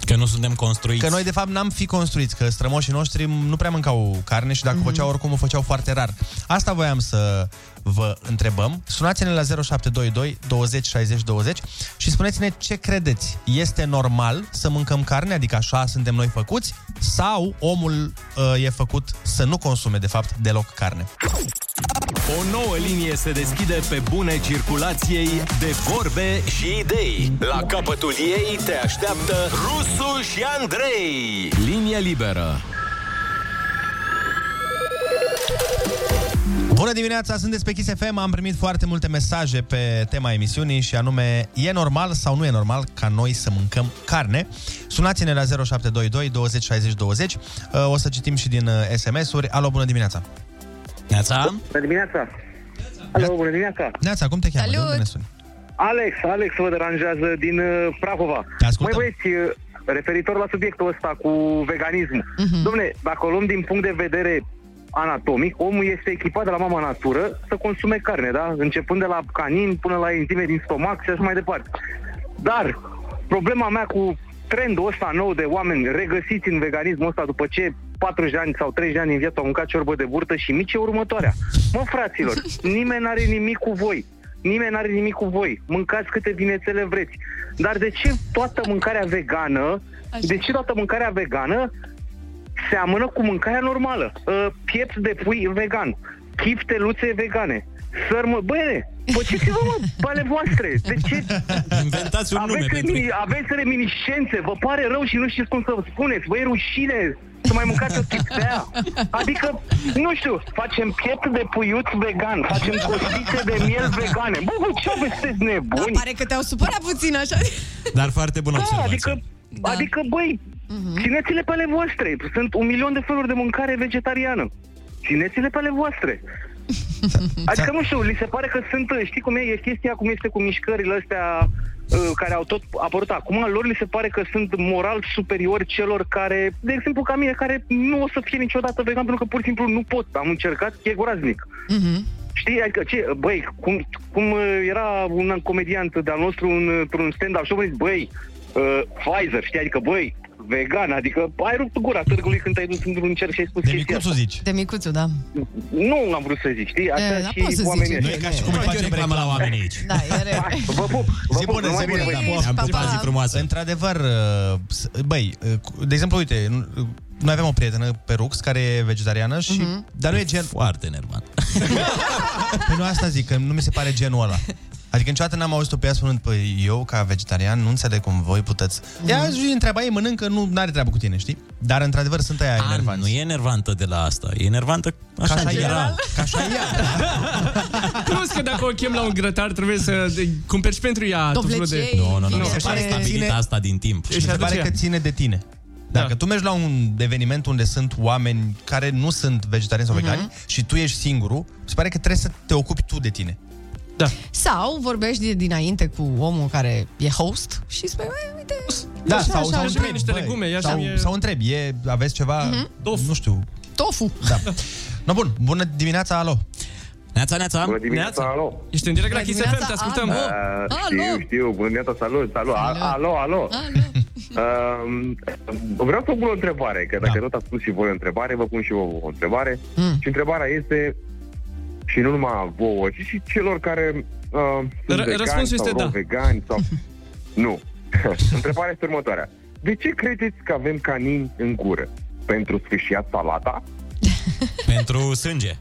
Speaker 5: Că nu suntem construiți.
Speaker 4: Că noi, de fapt, n-am fi construiți, că strămoșii noștri nu prea mâncau carne și dacă mm-hmm. făceau oricum, o făceau foarte rar. Asta voiam să vă întrebăm. Sunați-ne la 0722 20 60 20 și spuneți-ne ce credeți. Este normal să mâncăm carne, adică așa suntem noi făcuți, sau omul uh, e făcut să nu consume, de fapt, deloc carne?
Speaker 1: O nouă linie se deschide pe bune circulației de vorbe și idei. La capătul ei te așteaptă Rusu și Andrei. Linie liberă.
Speaker 4: Bună dimineața, sunteți pe Kiss FM, am primit foarte multe mesaje pe tema emisiunii și anume e normal sau nu e normal ca noi să mâncăm carne? Sunați-ne la 0722 20 60 20, Uh, o să citim și din uh, SMS-uri. Alo, bună dimineața!
Speaker 5: Neața!
Speaker 16: Bună dimineața! Alo, bună dimineața!
Speaker 4: Neața, cum te cheamă? De unde ne suni?
Speaker 16: Alex, Alex vă deranjează din uh, Prahova. Mai băieți, uh, referitor la subiectul ăsta cu veganismul. Uh-huh. Domne, dacă o luăm din punct de vedere anatomic, omul este echipat de la mama natură să consume carne, da? Începând de la canin până la enzime din stomac și așa mai departe. Dar problema mea cu trendul ăsta nou de oameni regăsiți în veganismul ăsta după ce 40 de ani sau 30 de ani în viață au mâncat ciorbă de burtă și mici e următoarea. Mă, fraților, nimeni n-are nimic cu voi. Nimeni n-are nimic cu voi. Mâncați câte vinețele vreți. Dar de ce toată mâncarea vegană, de ce toată mâncarea vegană seamănă cu mâncarea normală? Uh, Piept de pui vegan, chifteluțe vegane, sărmă... Băi, păceți-vă, mă, pe ale voastre! De ce
Speaker 5: Inventați un
Speaker 16: aveți,
Speaker 5: nume
Speaker 16: remini, aveți reminiscențe, vă pare rău și nu știți cum să spuneți, vă e rușine să mai mâncați o chipsea. Adică, nu știu, facem piept de puiuț vegan, facem costițe de miel vegane. Bă, bă ce aveți, sunteți nebuni?
Speaker 7: Da, Pare că te-au supărat puțin așa.
Speaker 5: Dar foarte bună
Speaker 16: da, adică, da. adică, băi, țineți-le pe ale voastre. Sunt un milion de feluri de mâncare vegetariană. Țineți-le pe ale voastre. Adică, nu știu, li se pare că sunt, știi cum e, e chestia cum este cu mișcările astea uh, care au tot apărut acum, lor li se pare că sunt moral superiori celor care, de exemplu ca mine, care nu o să fie niciodată vegan pentru că pur și simplu nu pot. Am încercat, e groaznic. Știi, adică, ce, băi, cum, cum uh, era un comediant de-al nostru în, într-un stand-up show, zis, băi, uh, Pfizer, știi, adică, băi, vegan, adică ai rupt gura târgului când ai dus într-un cer și ai spus de chestia asta.
Speaker 4: zici?
Speaker 7: De micuțu, da.
Speaker 16: Nu am vrut să zic, știi? Asta
Speaker 7: E, da,
Speaker 16: și
Speaker 7: poți să zici,
Speaker 16: oamenii
Speaker 7: e
Speaker 16: ăștia.
Speaker 7: bine. Nu e ca și cum îi facem
Speaker 4: reclamă la oameni aici.
Speaker 7: Da, e rău.
Speaker 16: Vă pup! Vă
Speaker 4: Zi
Speaker 16: pup!
Speaker 4: bună,
Speaker 16: numai
Speaker 4: zi
Speaker 16: bine,
Speaker 4: bună,
Speaker 16: băieți.
Speaker 4: da,
Speaker 7: pa, pa. zi
Speaker 4: frumoasă. Într-adevăr, uh, s- băi, uh, cu- de exemplu, uite, n- uh, noi avem o prietenă pe Rux care e vegetariană și... Dar nu e gen...
Speaker 5: Foarte nervant.
Speaker 4: Păi nu asta zic, că nu mi se pare genul ăla. Adică niciodată n-am auzit-o pe ea spunând, păi eu ca vegetarian nu înțeleg cum voi puteți. Ea își întreba, ei mănâncă, nu are treabă cu tine, știi? Dar într-adevăr sunt aia
Speaker 5: A,
Speaker 4: enervanți.
Speaker 5: Ah, nu e enervantă de la asta. E enervantă așa,
Speaker 4: așa
Speaker 5: în general.
Speaker 4: Ca așa e.
Speaker 6: Plus că dacă o chem la un grătar, trebuie să de- cumperi și pentru ea tot felul de...
Speaker 5: Nu, nu, nu. Mi se
Speaker 6: așa
Speaker 5: pare
Speaker 6: este.
Speaker 5: stabilit asta din timp.
Speaker 4: Și mi se pare că ține de tine. Dacă tu mergi la un eveniment unde sunt oameni care nu sunt vegetariani sau vegani și tu ești singurul, se pare că trebuie să te ocupi tu de tine. Da.
Speaker 7: Sau vorbești de dinainte cu omul care e host și spui, "Băi, uite,
Speaker 4: Da,
Speaker 7: așa,
Speaker 4: sau,
Speaker 7: așa,
Speaker 4: sau
Speaker 7: așa."
Speaker 4: întrebi, băi, sau, sau întrebi, e, aveți ceva,
Speaker 7: Mhm.
Speaker 4: nu știu.
Speaker 7: Tofu.
Speaker 4: Da. no, bun, bună dimineața, alo.
Speaker 5: Neața, neața.
Speaker 17: Bună dimineața, alo.
Speaker 6: Ești în direct la Bună Kiss FM, te dimineața, ascultăm. alo.
Speaker 17: Ah,
Speaker 6: Alo.
Speaker 17: știu, știu, bună dimineața, salut, salut, alo, alo. alo. Uh, vreau să pun o întrebare, că dacă
Speaker 6: Da.
Speaker 17: tot ați pus și voi o întrebare, vă pun și eu o întrebare.
Speaker 7: Mm.
Speaker 17: Și întrebarea este, și nu numai vouă, ci și celor care uh, sunt
Speaker 6: Ră-
Speaker 17: vegani
Speaker 6: răspunsul
Speaker 17: sau
Speaker 6: este da.
Speaker 17: vegani sau... nu. întrebarea este următoarea. De ce credeți că avem canini în gură? Pentru sfârșiat salata?
Speaker 5: Pentru sânge.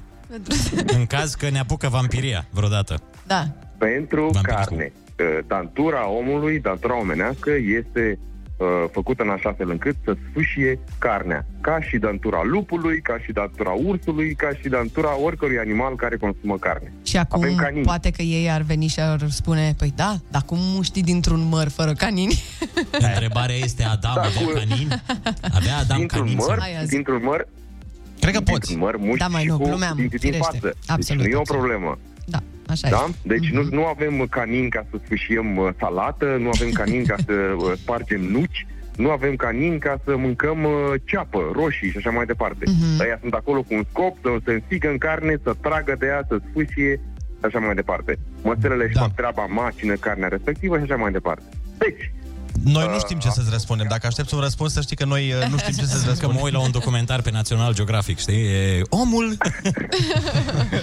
Speaker 5: În caz că ne apucă vampiria vreodată.
Speaker 7: Da.
Speaker 17: pentru carne. Uh, Dantura omului, dantura omenească, este uh, făcută în așa fel încât să sfâșie carnea. Ca și dantura lupului, ca și dantura ursului, ca și dantura oricărui animal care consumă carne.
Speaker 7: Și acum
Speaker 17: Avem canini.
Speaker 7: poate că ei ar veni și ar spune, păi da, dar cum muști dintr-un măr fără canini?
Speaker 5: Da, Întrebarea este
Speaker 17: Da,
Speaker 5: Adam avea canin?
Speaker 4: Da,
Speaker 5: Avea Adam canin?
Speaker 17: Măr,
Speaker 7: Aia zic.
Speaker 17: dintr-un măr,
Speaker 4: Cred că
Speaker 17: poți. Măr, mușchi
Speaker 7: Da, mai
Speaker 17: și
Speaker 7: nu,
Speaker 17: cu
Speaker 7: glumeam,
Speaker 17: dinții din
Speaker 7: firește.
Speaker 17: față.
Speaker 7: Absolut,
Speaker 17: deci nu e o
Speaker 7: absolut.
Speaker 17: problemă.
Speaker 7: Da, așa
Speaker 17: Da?
Speaker 7: este. Mhm.
Speaker 17: Deci nu, nu avem canin ca să sfâșiem uh, salată, nu avem canin ca să uh, spargem nuci, nu avem canin ca să mâncăm uh, ceapă, roșii și așa mai departe.
Speaker 18: Mhm.
Speaker 17: Aia sunt acolo cu un scop, să se însigă în carne, să tragă de ea, să sfâșie și așa mai departe. Măselele
Speaker 4: Da.
Speaker 17: își fac treaba macină carnea respectivă și așa mai departe. Deci,
Speaker 4: Noi nu știm ce să-ți răspundem. Dacă aștepți un răspuns, să știi că noi uh, nu știm ce să-ți
Speaker 5: Că
Speaker 4: răspundem.
Speaker 5: mă uit la un documentar pe National Geographic, știi? E omul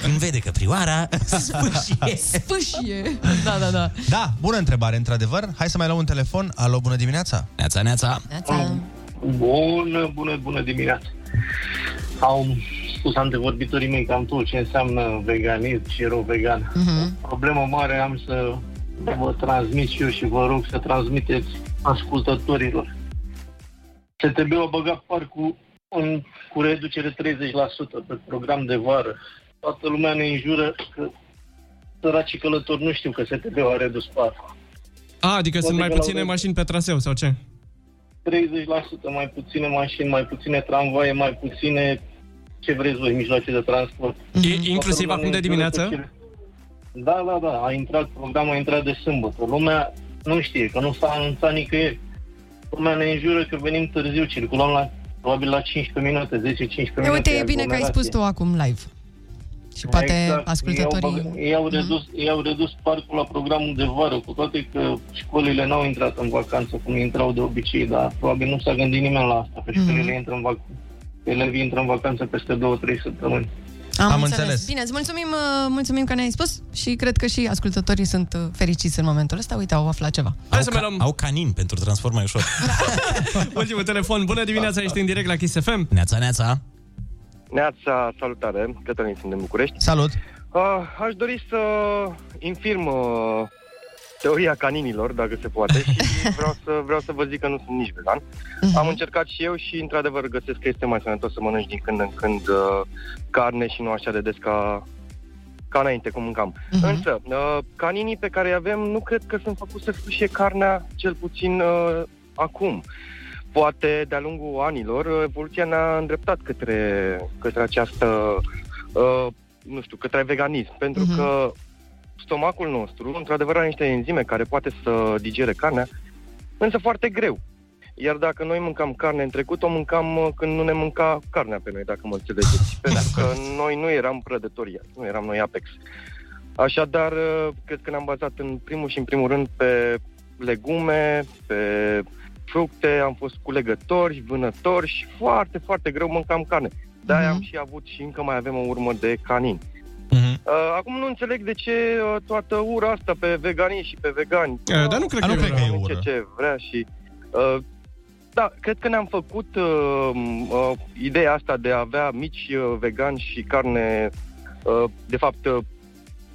Speaker 5: când vede că prioara sfârșie.
Speaker 7: Sfâșie. Da, da, da.
Speaker 4: Da, bună întrebare, într-adevăr. Hai să mai luăm un telefon. Alo, bună dimineața.
Speaker 5: Neața, neața.
Speaker 19: Bună, bună, bună dimineața! Au spus antevorbitorii mei cam tot ce înseamnă veganism și erou vegan.
Speaker 7: Mhm.
Speaker 19: Problemă mare am să vă transmit și eu și vă rog să transmiteți ascultătorilor. Se trebuie a băgat parcul în, cu reducere 30% pe program de vară. Toată lumea ne înjură că săracii călători nu știu că se trebuie a redus parcul.
Speaker 6: A, adică
Speaker 19: Poate
Speaker 6: sunt mai
Speaker 19: că la
Speaker 6: puține
Speaker 19: urmă-
Speaker 6: mașini pe traseu sau ce?
Speaker 19: 30% mai puține mașini, mai puține tramvaie, mai puține ce vreți voi, mijloace de transport.
Speaker 6: E, inclusiv
Speaker 19: Toată lumea
Speaker 6: acum de
Speaker 19: ne
Speaker 6: dimineață?
Speaker 19: înjură pe ce- Da, da, da, a intrat, programul a intrat de sâmbătă. Lumea nu știe, că nu s-a anunțat nicăieri. Lumea ne înjură că venim târziu, circulăm la, probabil la 15 minute, 10-15
Speaker 7: E,
Speaker 19: minute.
Speaker 7: uite, e bine că ai spus
Speaker 19: aglomerație.
Speaker 7: tu acum live. Și poate ascultătorii...
Speaker 19: I-au, băg- i-au, redus, i-au redus parcul la programul de vară, cu toate că școlile n-au intrat în vacanță cum intrau de obicei, dar probabil nu s-a gândit nimeni la asta, că școlile intră în vacanță. Elevii intră în vacanță peste 2-3 săptămâni.
Speaker 7: Am, Bine, îți mulțumim, uh, mulțumim că ne-ai spus și cred că și ascultătorii sunt uh, fericiți în momentul ăsta. Uite, au aflat ceva.
Speaker 5: Au, ca- au canin pentru transport mai ușor.
Speaker 6: Ultimul telefon. Bună dimineața, ești în direct la Kiss FM.
Speaker 5: Neața, neața.
Speaker 18: Neața, salutare, Cătălin sunt din București.
Speaker 4: Salut!
Speaker 18: Uh, aș dori să infirm uh, teoria caninilor, dacă se poate, și vreau să, vreau să vă zic că nu sunt nici vegan. Am încercat și eu și, într-adevăr, găsesc că este mai sănătos să mănânci din când în când uh, carne și nu așa de des ca, ca înainte, cum mâncam. Însă, uh, caninii pe care îi avem nu cred că sunt făcuți să sfâșie carnea, cel puțin uh, acum. Poate de-a lungul anilor evoluția ne-a îndreptat către, către această, uh, nu știu, către veganism, pentru
Speaker 20: Mhm.
Speaker 18: că stomacul nostru, într-adevăr, are niște enzime care poate să digere carnea, însă foarte greu. Iar dacă noi mâncam carne în trecut, o mâncam uh, când nu ne mânca carnea pe noi, dacă mă înțelegeți. Pentru că noi nu eram prădători, nu eram noi apex. Așadar, uh, cred că ne-am bazat în primul și în primul rând pe legume, pe fructe, am fost culegători, vânători și foarte, foarte greu mâncam carne. De-aia
Speaker 6: Mhm.
Speaker 21: Mhm.
Speaker 18: am și avut și încă mai avem o urmă de canin. Uh, acum nu înțeleg de ce uh, toată ura asta pe veganii și pe vegani.
Speaker 6: Uh, dar nu cred
Speaker 18: A,
Speaker 6: că e ură.
Speaker 18: mănânce ce vrea și... Uh, da, cred că ne-am făcut uh, uh, ideea asta de a avea mici uh, vegani și carne, uh, de fapt, uh,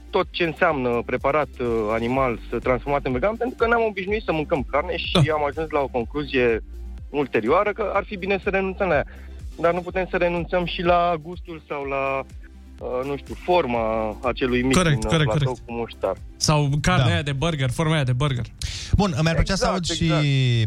Speaker 18: tot ce înseamnă preparat uh, animal să transformat în vegan, pentru că ne-am obișnuit să mâncăm carne și
Speaker 6: Da.
Speaker 18: am ajuns la o concluzie ulterioară că ar fi bine să renunțăm la ea. Dar nu putem să renunțăm și la gustul sau la uh, nu știu, forma acelui mic
Speaker 6: Corect,
Speaker 18: din, uh,
Speaker 6: corect,
Speaker 18: platou
Speaker 6: corect.
Speaker 18: cu muștar.
Speaker 6: Sau carnea da. aia de burger, forma aia de burger.
Speaker 4: Bun, mi-ar plăcea să aud și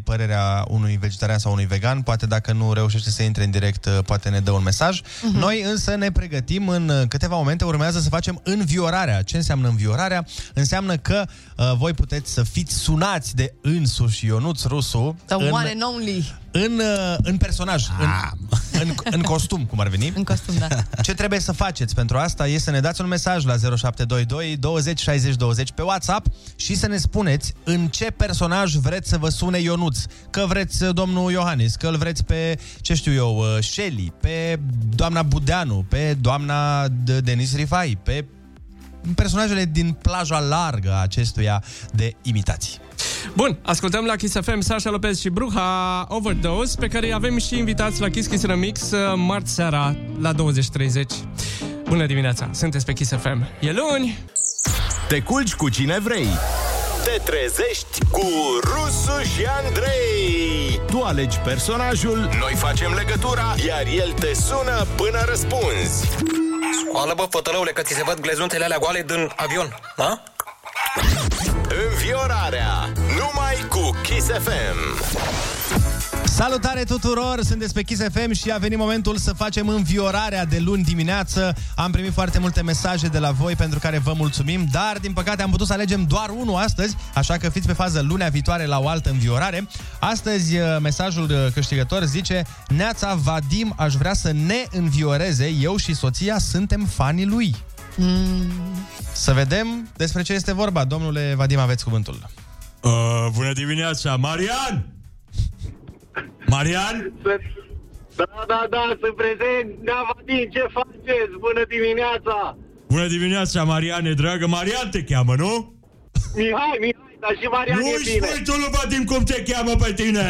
Speaker 4: părerea unui vegetarian sau unui vegan. Poate dacă nu reușește să intre în direct, uh, poate ne dă un mesaj. Uh-huh. Noi însă ne pregătim în uh, câteva momente. Urmează să facem înviorarea. Ce înseamnă înviorarea? Înseamnă că uh, voi puteți să fiți sunați de însuși Ionuț Rusu
Speaker 7: The
Speaker 4: în,
Speaker 7: one and only.
Speaker 4: în, uh, în personaj, în, în, în costum, cum ar veni.
Speaker 7: În costum, da.
Speaker 4: Ce trebuie să faceți pentru asta e să ne dați un mesaj la 0722 20 60 20 pe WhatsApp și să ne spuneți în ce personaj vreți să vă sune Ionuț. Că vreți uh, domnul Iohannis, că îl vreți pe, ce știu eu, uh, Shelly, pe doamna Budeanu, pe doamna D- Denis Rifai, pe personajele din plaja largă a acestuia de imitații.
Speaker 6: Bun, ascultăm la Kiss FM Sasha Lopez și Bruha Overdose, pe care îi avem și invitați la Kiss Kiss Remix uh, marți seara la 20.30. Bună dimineața, sunteți pe Kiss FM. E luni!
Speaker 1: Te culci cu cine vrei. Te trezești cu Rusu și Andrei. Tu alegi personajul, noi facem legătura, iar el te sună până răspunzi.
Speaker 22: Scoală, bă, fătălăule, că ți se văd glezuntele alea goale din avion, da?
Speaker 1: Înviorarea, numai cu Kiss FM.
Speaker 4: Salutare tuturor, sunteți pe Kiss FM și a venit momentul să facem înviorarea de luni dimineață. Am primit foarte multe mesaje de la voi pentru care vă mulțumim, dar din păcate am putut să alegem doar unul astăzi, așa că fiți pe fază lunea viitoare la o altă înviorare. Astăzi eh, mesajul eh, câștigător zice Neața Vadim aș vrea să ne învioreze, eu și soția suntem fanii lui.
Speaker 7: Mm.
Speaker 4: Să vedem despre ce este vorba. Domnule Vadim, aveți cuvântul.
Speaker 23: Uh, bună dimineața, Marian! Marian?
Speaker 13: Da, da, da, sunt prezent. Nea Vadim, ce faceți? Bună dimineața!
Speaker 23: Bună dimineața, Mariane, dragă! Marian te cheamă, nu?
Speaker 13: Mihai, Mihai, dar și Marian
Speaker 23: nu
Speaker 13: e
Speaker 23: îi
Speaker 13: bine.
Speaker 23: spui tu lui Vadim cum te cheamă pe tine!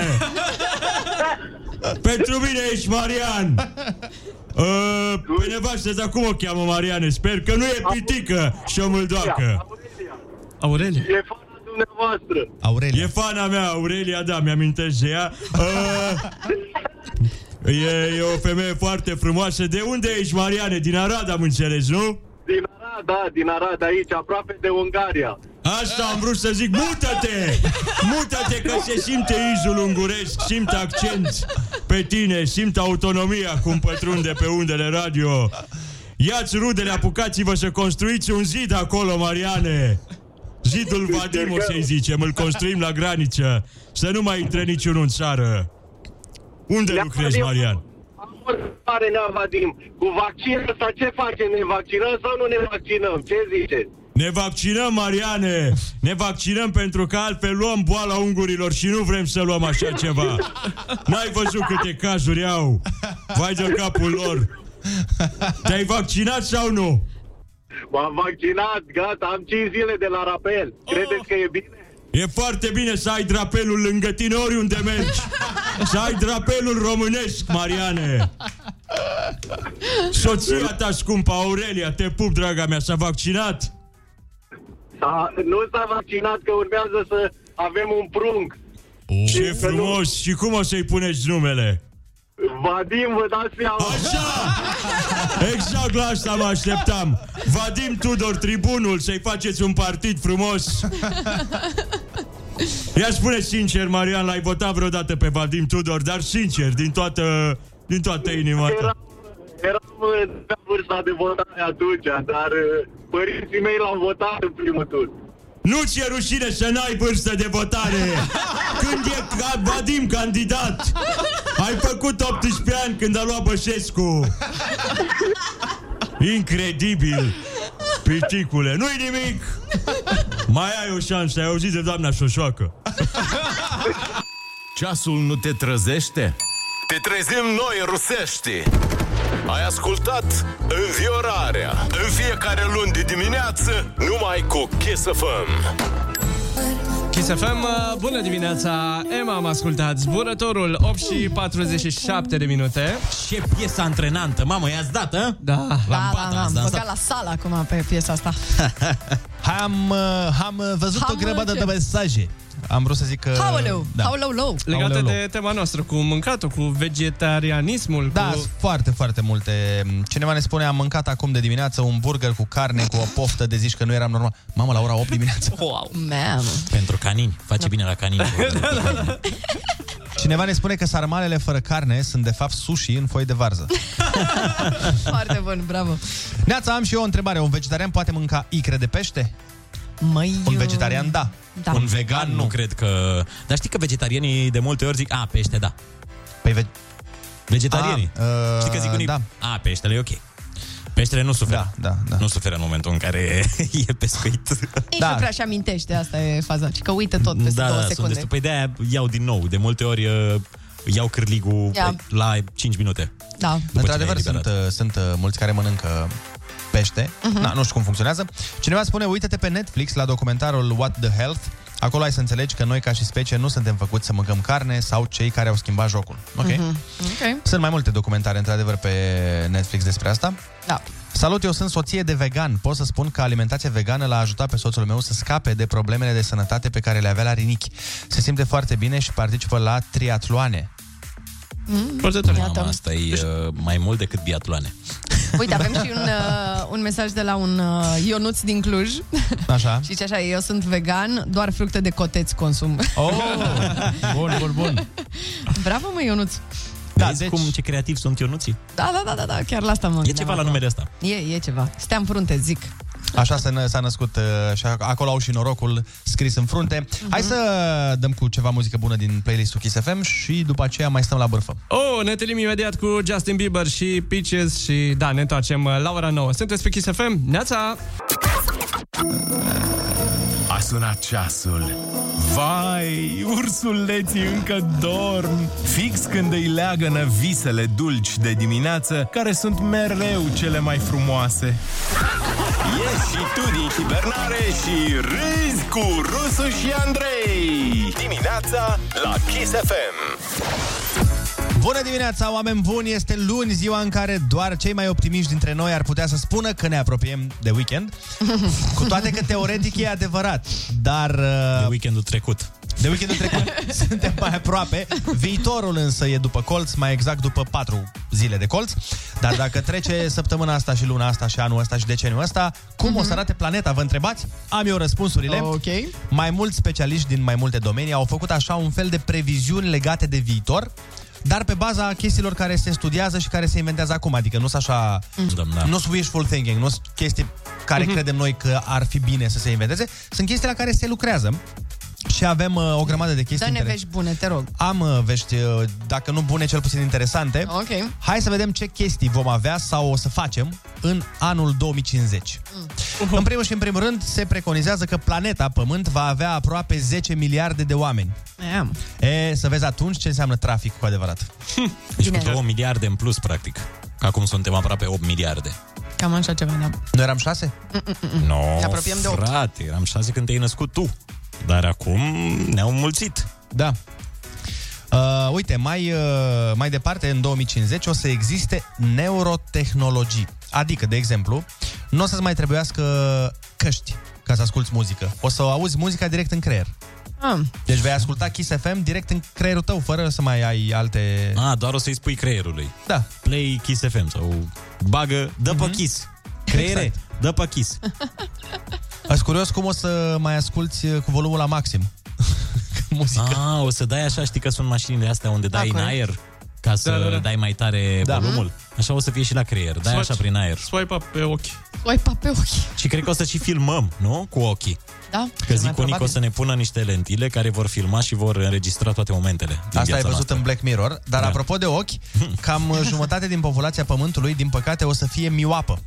Speaker 23: Pentru mine ești Marian! Uh, pe nevastă, dar cum o cheamă Mariane? Sper că nu e pitică și o mâldoacă.
Speaker 6: Aurelia.
Speaker 13: E fana dumneavoastră.
Speaker 4: Aurelia.
Speaker 23: E fana mea, Aurelia, da, mi-amintesc de ea. Uh, e, e o femeie foarte frumoasă. De unde ești, Mariane? Din Arad, am înțeles, nu?
Speaker 13: Din Arad, da, din Arad, aici, aproape de Ungaria.
Speaker 23: Asta am vrut să zic, mută-te! Mută-te că se simte izul unguresc, simt accent pe tine, simt autonomia cum pătrunde pe undele radio. Iați rudele, apucați-vă să construiți un zid acolo, Mariane! Zidul Vadim, o să-i zicem, îl construim la graniță, să nu mai intre niciunul în țară. Unde lucrezi, Marian?
Speaker 13: Pare Nea Vadim, cu vaccinul ăsta ce facem? Ne vaccinăm sau nu ne vaccinăm? Ce ziceți?
Speaker 23: Ne vaccinăm, Mariane! Ne vaccinăm pentru că altfel luăm boala ungurilor și nu vrem să luăm așa ceva. N-ai văzut câte cazuri au? Vai de capul lor! Te-ai vaccinat sau nu?
Speaker 13: M-am vaccinat, gata, am 5 zile de la rapel. Credeți că e bine?
Speaker 23: E foarte bine să ai drapelul lângă tine oriunde mergi. Să ai drapelul românesc, Mariane. Soția ta scumpă, Aurelia, te pup, draga mea, s-a vaccinat?
Speaker 13: A, nu s-a vaccinat că urmează să avem un prunc.
Speaker 23: Ce frumos! Și cum o să-i puneți numele?
Speaker 13: Vadim, vă dați seama.
Speaker 23: Așa! Exact la asta mă așteptam. Vadim Tudor, tribunul, să-i faceți un partid frumos. Ia spune sincer, Marian, l-ai votat vreodată pe Vadim Tudor, dar sincer, din toată, din toată inima ta.
Speaker 13: Eram uh, pe vârsta de votare atunci, dar uh, părinții mei l-au votat în primul tur.
Speaker 23: Nu ți-e rușine să n-ai vârstă de votare Când e ca- Vadim candidat Ai făcut 18 ani când a luat Băsescu Incredibil Piticule, nu-i nimic Mai ai o șansă, ai auzit de doamna Șoșoacă
Speaker 24: Ceasul nu te trăzește?
Speaker 1: Te trezim noi rusești. Ai ascultat Înviorarea în fiecare luni de dimineață numai cu Kiss FM.
Speaker 6: Kiss FM, uh, bună dimineața! Emma am ascultat Zburătorul, 8 și 47 de minute.
Speaker 23: Ce piesă antrenantă, mamă, i-ați dat, a?
Speaker 6: Da.
Speaker 7: Da, da, da, am băgat la sală acum pe piesa asta.
Speaker 4: Am, uh, am uh, văzut
Speaker 7: Am,
Speaker 4: o grămadă
Speaker 7: uh,
Speaker 4: de
Speaker 7: ce?
Speaker 4: mesaje. Am vrut să zic că... Da.
Speaker 7: Haoleu, haoleu,
Speaker 6: Legată
Speaker 4: Aoleu,
Speaker 6: de tema noastră, cu mâncatul, cu vegetarianismul,
Speaker 4: Da,
Speaker 6: cu...
Speaker 4: sunt foarte, foarte multe. Cineva ne spune, am mâncat acum de dimineață un burger cu carne, cu o poftă de zici că nu eram normal. Mamă, la ora 8 dimineața.
Speaker 7: Wow. Man.
Speaker 5: Pentru canini.
Speaker 4: Da.
Speaker 5: Face bine la canini. da,
Speaker 4: Cineva ne spune că sarmalele fără carne sunt de fapt sushi în foi de varză.
Speaker 7: Foarte bun, bravo.
Speaker 4: Neața, am și eu o întrebare. Un vegetarian poate mânca icre de pește?
Speaker 7: Măi,
Speaker 4: Un vegetarian, da.
Speaker 7: Da.
Speaker 5: Un vegan nu cred că... Dar știi că vegetarianii de multe ori zic, a, pește, da.
Speaker 4: Păi ve...
Speaker 5: Vegetarianii.
Speaker 4: A, uh,
Speaker 5: știi că zic unii,
Speaker 4: da.
Speaker 5: a, peștele e ok. Peștele nu suferă.
Speaker 4: Da, da, da.
Speaker 5: Nu suferă în momentul în care e pescuit.
Speaker 7: Nici nu prea și amintește, asta e faza. Și că uită tot peste
Speaker 5: da,
Speaker 7: două
Speaker 5: da, sunt
Speaker 7: secunde.
Speaker 5: destul. Păi de-aia iau din nou. De multe ori uh, iau cârligul
Speaker 7: Ia.
Speaker 5: pe- la 5 minute.
Speaker 7: Da.
Speaker 4: Într-adevăr, sunt, uh, sunt uh, mulți care mănâncă pește.
Speaker 7: Mhm.
Speaker 4: Uh-huh. Na, nu știu cum funcționează. Cineva spune, uite-te pe Netflix la documentarul What the Health. Acolo ai să înțelegi că noi, ca și specie, nu suntem făcuți să mâncăm carne sau cei care au schimbat jocul. Ok?
Speaker 7: Mhm.
Speaker 4: Uh-huh.
Speaker 7: Ok.
Speaker 4: Sunt mai multe documentare, într-adevăr, pe Netflix despre asta.
Speaker 7: Da.
Speaker 4: Salut, eu sunt soție de vegan. Pot să spun că alimentația vegană l-a ajutat pe soțul meu să scape de problemele de sănătate pe care le avea la rinichi. Se simte foarte bine și participă la triatloane.
Speaker 7: Mm.
Speaker 5: Mamă, asta
Speaker 4: Deci-
Speaker 5: e uh, mai mult decât biatloane.
Speaker 7: Uite, avem
Speaker 5: Da.
Speaker 7: și un, uh, un mesaj de la un uh, Ionuț din Cluj.
Speaker 4: Așa.
Speaker 7: Și ce așa, eu sunt vegan, doar fructe de coteț consum.
Speaker 4: Oh! bun, bun, bun.
Speaker 7: Bravo, mă, Ionuț.
Speaker 5: Da, Vezi deci... cum ce creativ sunt Ionuții?
Speaker 7: Da, da, da, da, da, chiar la asta mă
Speaker 5: E
Speaker 7: gândeam
Speaker 5: ceva la
Speaker 7: acum.
Speaker 5: numele ăsta.
Speaker 7: E, e ceva. Steam frunte, zic.
Speaker 4: Așa s-a, nă- s-a născut uh, și ac- acolo au și norocul scris în frunte. Hai să dăm cu ceva muzică bună din playlistul Kiss FM și după aceea mai stăm la bârfă.
Speaker 6: Oh, ne întâlnim imediat cu Justin Bieber și Peaches și da, ne întoarcem uh, la ora 9. Sunteți pe Kiss FM? Neața!
Speaker 8: A sunat ceasul. Vai, ursuleții încă dorm. Fix când îi leagănă visele dulci de dimineață, care sunt mereu cele mai frumoase.
Speaker 1: Ieși și tu din hibernare și râzi cu Rusu și Andrei. Dimineața la Kiss FM.
Speaker 4: Bună dimineața, oameni buni! Este luni, ziua în care doar cei mai optimiști dintre noi ar putea să spună că ne apropiem de weekend. Cu toate că teoretic e adevărat, dar... De
Speaker 5: weekendul trecut.
Speaker 4: De weekendul trecut suntem mai aproape. Viitorul însă e după colț, mai exact după patru zile de colț. Dar dacă trece săptămâna asta și luna asta și anul ăsta și deceniul ăsta, cum o să arate planeta, vă întrebați? Am eu răspunsurile.
Speaker 7: Ok.
Speaker 4: Mai mulți specialiști din mai multe domenii au făcut așa un fel de previziuni legate de viitor, dar pe baza chestiilor care se studiază și care se inventează acum, adică nu sunt așa,
Speaker 5: Da.
Speaker 4: nu sunt wishful thinking, nu sunt chestii care
Speaker 5: Mhm.
Speaker 4: credem noi că ar fi bine să se inventeze, sunt chestii la care se lucrează. Și avem uh, o grămadă de chestii.
Speaker 7: Dă-ne
Speaker 4: interes-
Speaker 7: vești bune, te rog.
Speaker 4: Am uh, vești, uh, dacă nu bune, cel puțin interesante.
Speaker 7: Ok.
Speaker 4: Hai să vedem ce chestii vom avea sau o să facem în anul 2050. În primul și în primul rând, se preconizează că planeta Pământ va avea aproape 10 miliarde de oameni.
Speaker 7: Am.
Speaker 4: E, să vezi atunci ce înseamnă trafic cu adevărat.
Speaker 5: Deci cu 2 miliarde în plus, practic. Că acum suntem aproape 8 miliarde.
Speaker 7: Cam așa ceva, da.
Speaker 4: Noi eram 6?
Speaker 7: Mm-mm-mm.
Speaker 5: No,
Speaker 7: Ne apropiem de opt.
Speaker 5: frate, eram 6 când te-ai născut tu. Dar acum ne-au mulțit.
Speaker 4: Da. Uh, uite, mai, uh, mai departe, în 2050, o să existe neurotehnologii. Adică, de exemplu, nu o să-ți mai trebuiască căști ca să asculti muzică. O să auzi muzica direct în creier.
Speaker 7: Am.
Speaker 4: Deci vei asculta Kiss FM direct în creierul tău, fără să mai ai alte...
Speaker 5: A, doar o să-i spui creierului.
Speaker 4: Da.
Speaker 5: Play Kiss FM sau bagă, dă pe Kiss. Creiere, dă pe Kiss.
Speaker 4: Ești curios cum o să mai asculti uh, cu volumul la maxim.
Speaker 5: muzică. A, o să dai așa, știi că sunt mașinile astea unde dai în
Speaker 4: corect.
Speaker 5: aer ca să da, da, da. dai mai tare da. volumul. Așa o să fie și la creier, dai
Speaker 6: Swaci.
Speaker 5: așa prin aer.
Speaker 6: Swipe up pe ochi.
Speaker 7: Oi, pa pe ochi.
Speaker 5: Și cred că o să și filmăm, nu? Cu ochii.
Speaker 7: Da?
Speaker 5: Că zic unii că o să ne pună niște lentile care vor filma și vor înregistra toate momentele. din
Speaker 4: Asta ai
Speaker 5: viața
Speaker 4: văzut
Speaker 5: noastră.
Speaker 4: în Black Mirror, dar da. apropo de ochi, cam uh, jumătate din populația Pământului, din păcate, o să fie mioapă.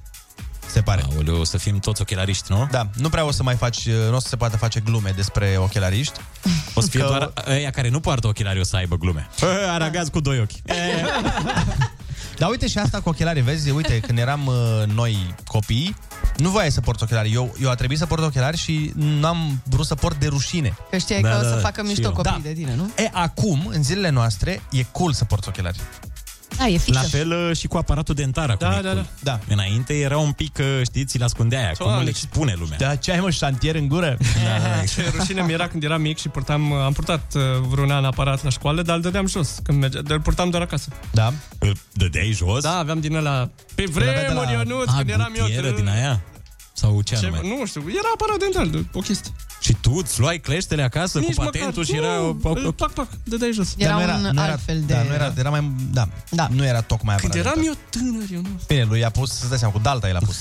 Speaker 4: Se pare.
Speaker 5: Aoleu, o să fim toți ochelariști, nu?
Speaker 4: Da, nu prea o să mai faci, nu o să se poată face glume despre ochelariști.
Speaker 5: O să fie
Speaker 4: Că-
Speaker 5: că... doar ăia care nu poartă ochelari o să aibă glume. Bă, Aragaz cu doi ochi.
Speaker 4: Dar Da, uite și asta cu ochelarii, vezi, uite, când eram uh, noi copii, nu voiai să porți ochelari. Eu, eu a trebuit să port ochelari și n-am vrut să port de rușine.
Speaker 7: Că știai Da, că o da, să da, facă și mișto eu. copiii de tine, nu?
Speaker 4: E, acum, în zilele noastre, e cool să porți ochelari.
Speaker 7: Da, e fixă.
Speaker 5: La fel uh, și cu aparatul dentar acum. Da, da, da,
Speaker 4: da.
Speaker 5: Înainte era un pic, uh, știi, ți-l ascundea aia, cum
Speaker 6: Doamne.
Speaker 5: le spune lumea.
Speaker 4: Da, ce ai mă, șantier în gură?
Speaker 6: Da, ce rușine mi era când eram mic și purtam, am purtat uh, vreun an aparat la școală, dar îl dădeam jos când mergea, dar îl purtam doar acasă.
Speaker 4: Da?
Speaker 5: Îl dădeai jos?
Speaker 6: Da, aveam din ăla, pe
Speaker 5: Îl avea
Speaker 6: vremuri,
Speaker 5: de
Speaker 6: la...
Speaker 5: la-
Speaker 6: Ionuț,
Speaker 5: A,
Speaker 6: când eram eu...
Speaker 5: gutieră
Speaker 6: tră-
Speaker 5: din aia? Sau ce,
Speaker 6: ce
Speaker 5: anume?
Speaker 6: nu știu, era aparat dental, o chestie.
Speaker 5: Și tu îți luai cleștele acasă cu patentul și era...
Speaker 6: Nu,
Speaker 5: o- o-
Speaker 6: îl pac, pac, dădeai jos.
Speaker 4: Dar Da, nu nu era, Da, nu era, era mai... Da, da. nu era tocmai
Speaker 6: Când
Speaker 4: aparat.
Speaker 6: eram eu tânăr, eu nu.
Speaker 4: Bine, lui a pus, să-ți dai seama, cu Dalta el a pus.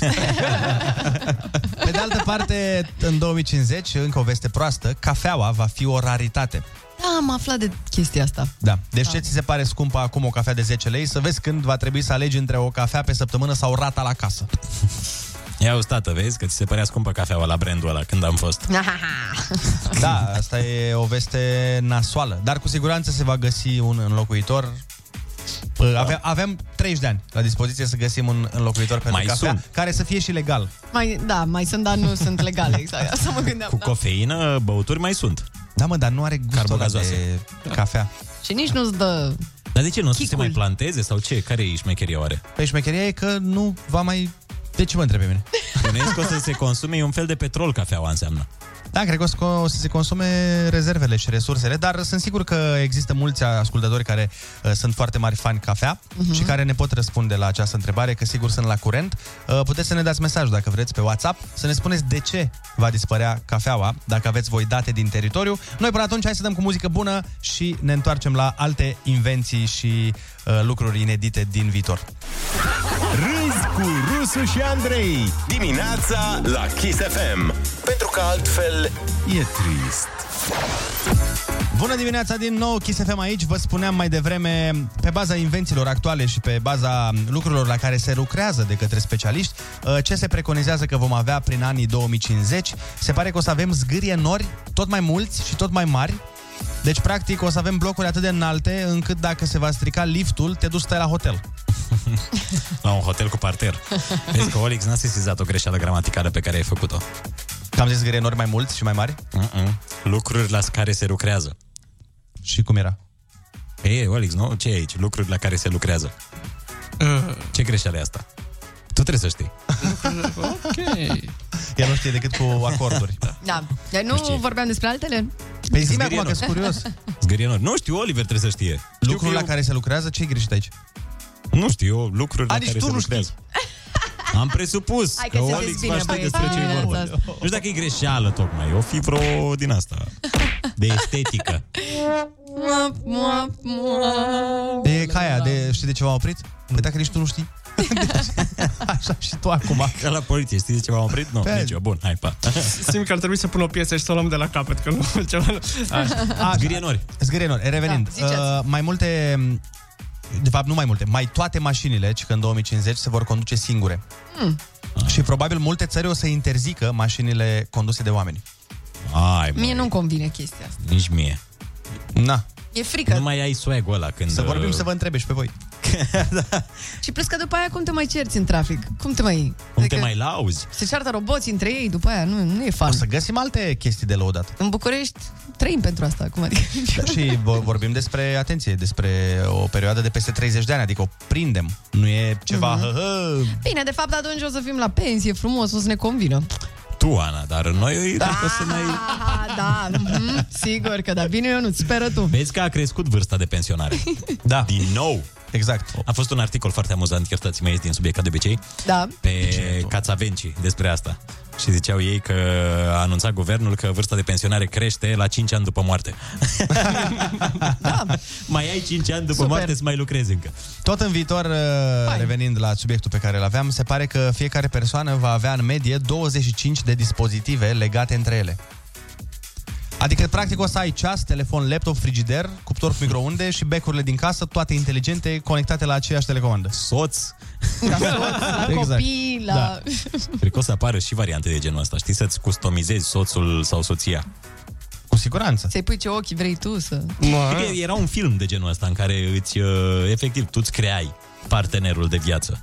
Speaker 4: Pe de altă parte, în 2050, încă o veste proastă, cafeaua va fi o raritate.
Speaker 7: Da, am aflat de chestia asta.
Speaker 4: Da. Deci ce ți se pare scumpă acum o cafea de 10 lei? Să vezi când va trebui să alegi între o cafea pe săptămână sau rata la casă.
Speaker 5: Ia o stată, vezi că ți se părea scumpă cafeaua la brandul ăla când am fost.
Speaker 4: Da, asta e o veste nasoală. Dar cu siguranță se va găsi un înlocuitor Pă, Avea, aveam 30 de ani la dispoziție să găsim un înlocuitor pentru
Speaker 5: Mai
Speaker 4: cafea
Speaker 5: sunt.
Speaker 4: care să fie și legal.
Speaker 7: Mai, da, mai sunt, dar nu sunt legale, exact. Asta mă gândeam.
Speaker 5: Cu cofeină, băuturi mai sunt.
Speaker 4: Da, mă, dar nu are gustul ăla de cafea.
Speaker 7: Și nici nu-ți dă...
Speaker 5: Dar de ce? Nu o să se mai planteze sau ce? Care e șmecheria oare?
Speaker 4: Păi șmecheria e că nu va mai... De ce mă întrebi pe mine?
Speaker 5: Spuneți că o să se consume e un fel de petrol cafeaua înseamnă.
Speaker 4: Da, cred că o să, o să se consume rezervele și resursele, dar sunt sigur că există mulți ascultători care uh, sunt foarte mari fani cafea
Speaker 5: Mhm.
Speaker 4: uh-huh. și care ne pot răspunde la această întrebare, că sigur sunt la curent. Uh, puteți să ne dați mesaj dacă vreți pe WhatsApp, să ne spuneți de ce va dispărea cafeaua, dacă aveți voi date din teritoriu. Noi până atunci hai să dăm cu muzică bună și ne întoarcem la alte invenții și uh, lucruri inedite din viitor.
Speaker 1: Râzi cu Rusu și Andrei Dimineața la Kiss FM Pentru că altfel e trist
Speaker 4: Bună dimineața din nou, Kiss FM aici. Vă spuneam mai devreme, pe baza invențiilor actuale și pe baza lucrurilor la care se lucrează de către specialiști, uh, ce se preconizează că vom avea prin anii 2050. Se pare că o să avem zgârie nori tot mai mulți și tot mai mari. Deci, practic, o să avem blocuri atât de înalte încât dacă se va strica liftul, te duci să stai la hotel.
Speaker 5: La un hotel cu parter. Vezi că Olix n-a sesizat o greșeală gramaticală pe care ai făcut-o.
Speaker 4: Cam zis zgârie nori mai mulți și mai mari?
Speaker 5: Mm-mm. Lucruri la care se lucrează.
Speaker 4: Și cum era?
Speaker 5: Ei, Olix, nu? Ce e aici? Lucruri la care se lucrează. Ce greșeală e asta? Tu trebuie să știi.
Speaker 6: Ok.
Speaker 4: El nu știe decât cu acorduri.
Speaker 7: Da. Dar nu vorbeam despre altele?
Speaker 4: Păi zi-mi acum că sunt curios.
Speaker 5: Zgârienor. Nu știu, Oliver trebuie să știe.
Speaker 4: Lucrul la care se lucrează, ce e greșit aici?
Speaker 5: Nu știu, eu, lucruri
Speaker 4: A,
Speaker 5: la
Speaker 4: deci
Speaker 5: care
Speaker 4: tu
Speaker 5: se
Speaker 4: nu
Speaker 5: lucrează. Am presupus
Speaker 7: Hai că
Speaker 5: că,
Speaker 7: se
Speaker 5: Olix
Speaker 7: dezbine,
Speaker 5: va ști
Speaker 7: băieți,
Speaker 5: despre ce e
Speaker 7: dimineața
Speaker 5: vorba.
Speaker 7: asta.
Speaker 5: Nu știu dacă e greșeală tocmai, o fi vreo din asta, de estetică.
Speaker 7: Mua, mua, mua.
Speaker 4: E ca aia, de, știi de ce m-am oprit? Păi dacă nici tu nu știi. Așa și tu acum.
Speaker 5: Ca la poliție, știi de ce m-am oprit? Nu,
Speaker 6: Pe-
Speaker 5: nicio. Bun, hai, pa.
Speaker 6: Simt că ar trebui să pun o piesă și să o luăm de la capăt, că nu ceva...
Speaker 4: Așa. Zgârienori. Revenind,
Speaker 6: Da, ziceți.
Speaker 4: uh, mai multe, de fapt nu mai multe, mai toate mașinile, ci că în 2050 se vor conduce singure.
Speaker 7: Mm.
Speaker 5: Ah.
Speaker 4: Și probabil multe țări o să interzică mașinile conduse de oameni.
Speaker 5: Ai,
Speaker 7: Mie nu-mi convine chestia asta.
Speaker 5: nici mie.
Speaker 4: Na.
Speaker 7: E frică.
Speaker 5: Nu mai ai swag-ul ăla când...
Speaker 4: Să vorbim
Speaker 5: uh,
Speaker 4: și să vă întrebe și pe voi.
Speaker 7: Și plus că după aia cum te mai cerți în trafic? Cum te mai...
Speaker 5: Cum te mai lauzi?
Speaker 7: Se ceartă roboții între ei după aia, nu, nu e fan.
Speaker 4: O să găsim alte chestii de lăudat.
Speaker 7: În București trăim pentru asta, cum adică.
Speaker 4: și vo- vorbim despre, atenție, despre o perioadă de peste 30 de ani, adică o prindem. Nu e ceva...
Speaker 7: Mhm.
Speaker 4: Mm-hmm.
Speaker 7: Bine, de fapt atunci o să fim la pensie, frumos, o să ne convină.
Speaker 5: Tu, Ana, dar noi...
Speaker 7: Da.
Speaker 5: dacă o să ne...
Speaker 7: Aha, da, mhm, sigur că da. Bine, eu nu speră tu.
Speaker 5: Vezi că a crescut vârsta de pensionare.
Speaker 4: Da.
Speaker 5: Din nou.
Speaker 4: Exact.
Speaker 5: A fost un articol foarte amuzant, iertați-mă, ies din subiect ca de obicei,
Speaker 7: Da.
Speaker 5: pe Cațavenci despre asta. Și ziceau ei că a anunțat guvernul că vârsta de pensionare crește la 5 ani după moarte. Da, Mai ai 5 ani după
Speaker 4: Super.
Speaker 5: moarte să mai lucrezi încă.
Speaker 4: Tot în viitor, uh, revenind la subiectul pe care îl aveam, se pare că fiecare persoană va avea în medie 25 de dispozitive legate între ele. Adică, practic, o să ai ceas, telefon, laptop, frigider, cuptor cu microunde și becurile din casă, toate inteligente, conectate la aceeași telecomandă. Exact.
Speaker 5: Soț.
Speaker 7: La copii, la...
Speaker 5: Da. Cred că o să apară și variante de genul ăsta. Știi, să-ți customizezi soțul sau soția.
Speaker 4: Cu siguranță.
Speaker 7: Să-i pui ce ochi vrei tu să...
Speaker 5: Adică era un film de genul ăsta în care îți, uh, efectiv, tu îți creai partenerul de viață.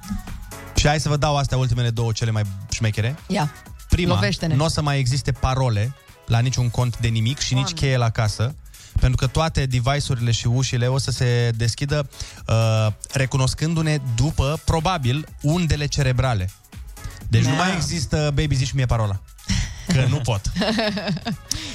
Speaker 4: Și hai să vă dau astea ultimele două cele mai șmechere.
Speaker 7: Ia,
Speaker 4: Prima,
Speaker 7: lovește-ne.
Speaker 4: nu o să mai existe parole la niciun cont de nimic și nici cheie la casă. pentru că toate device-urile și ușile o să se deschidă uh, recunoscându-ne după, probabil, undele cerebrale. Deci nu mai există, baby, zici mie parola. Că nu pot.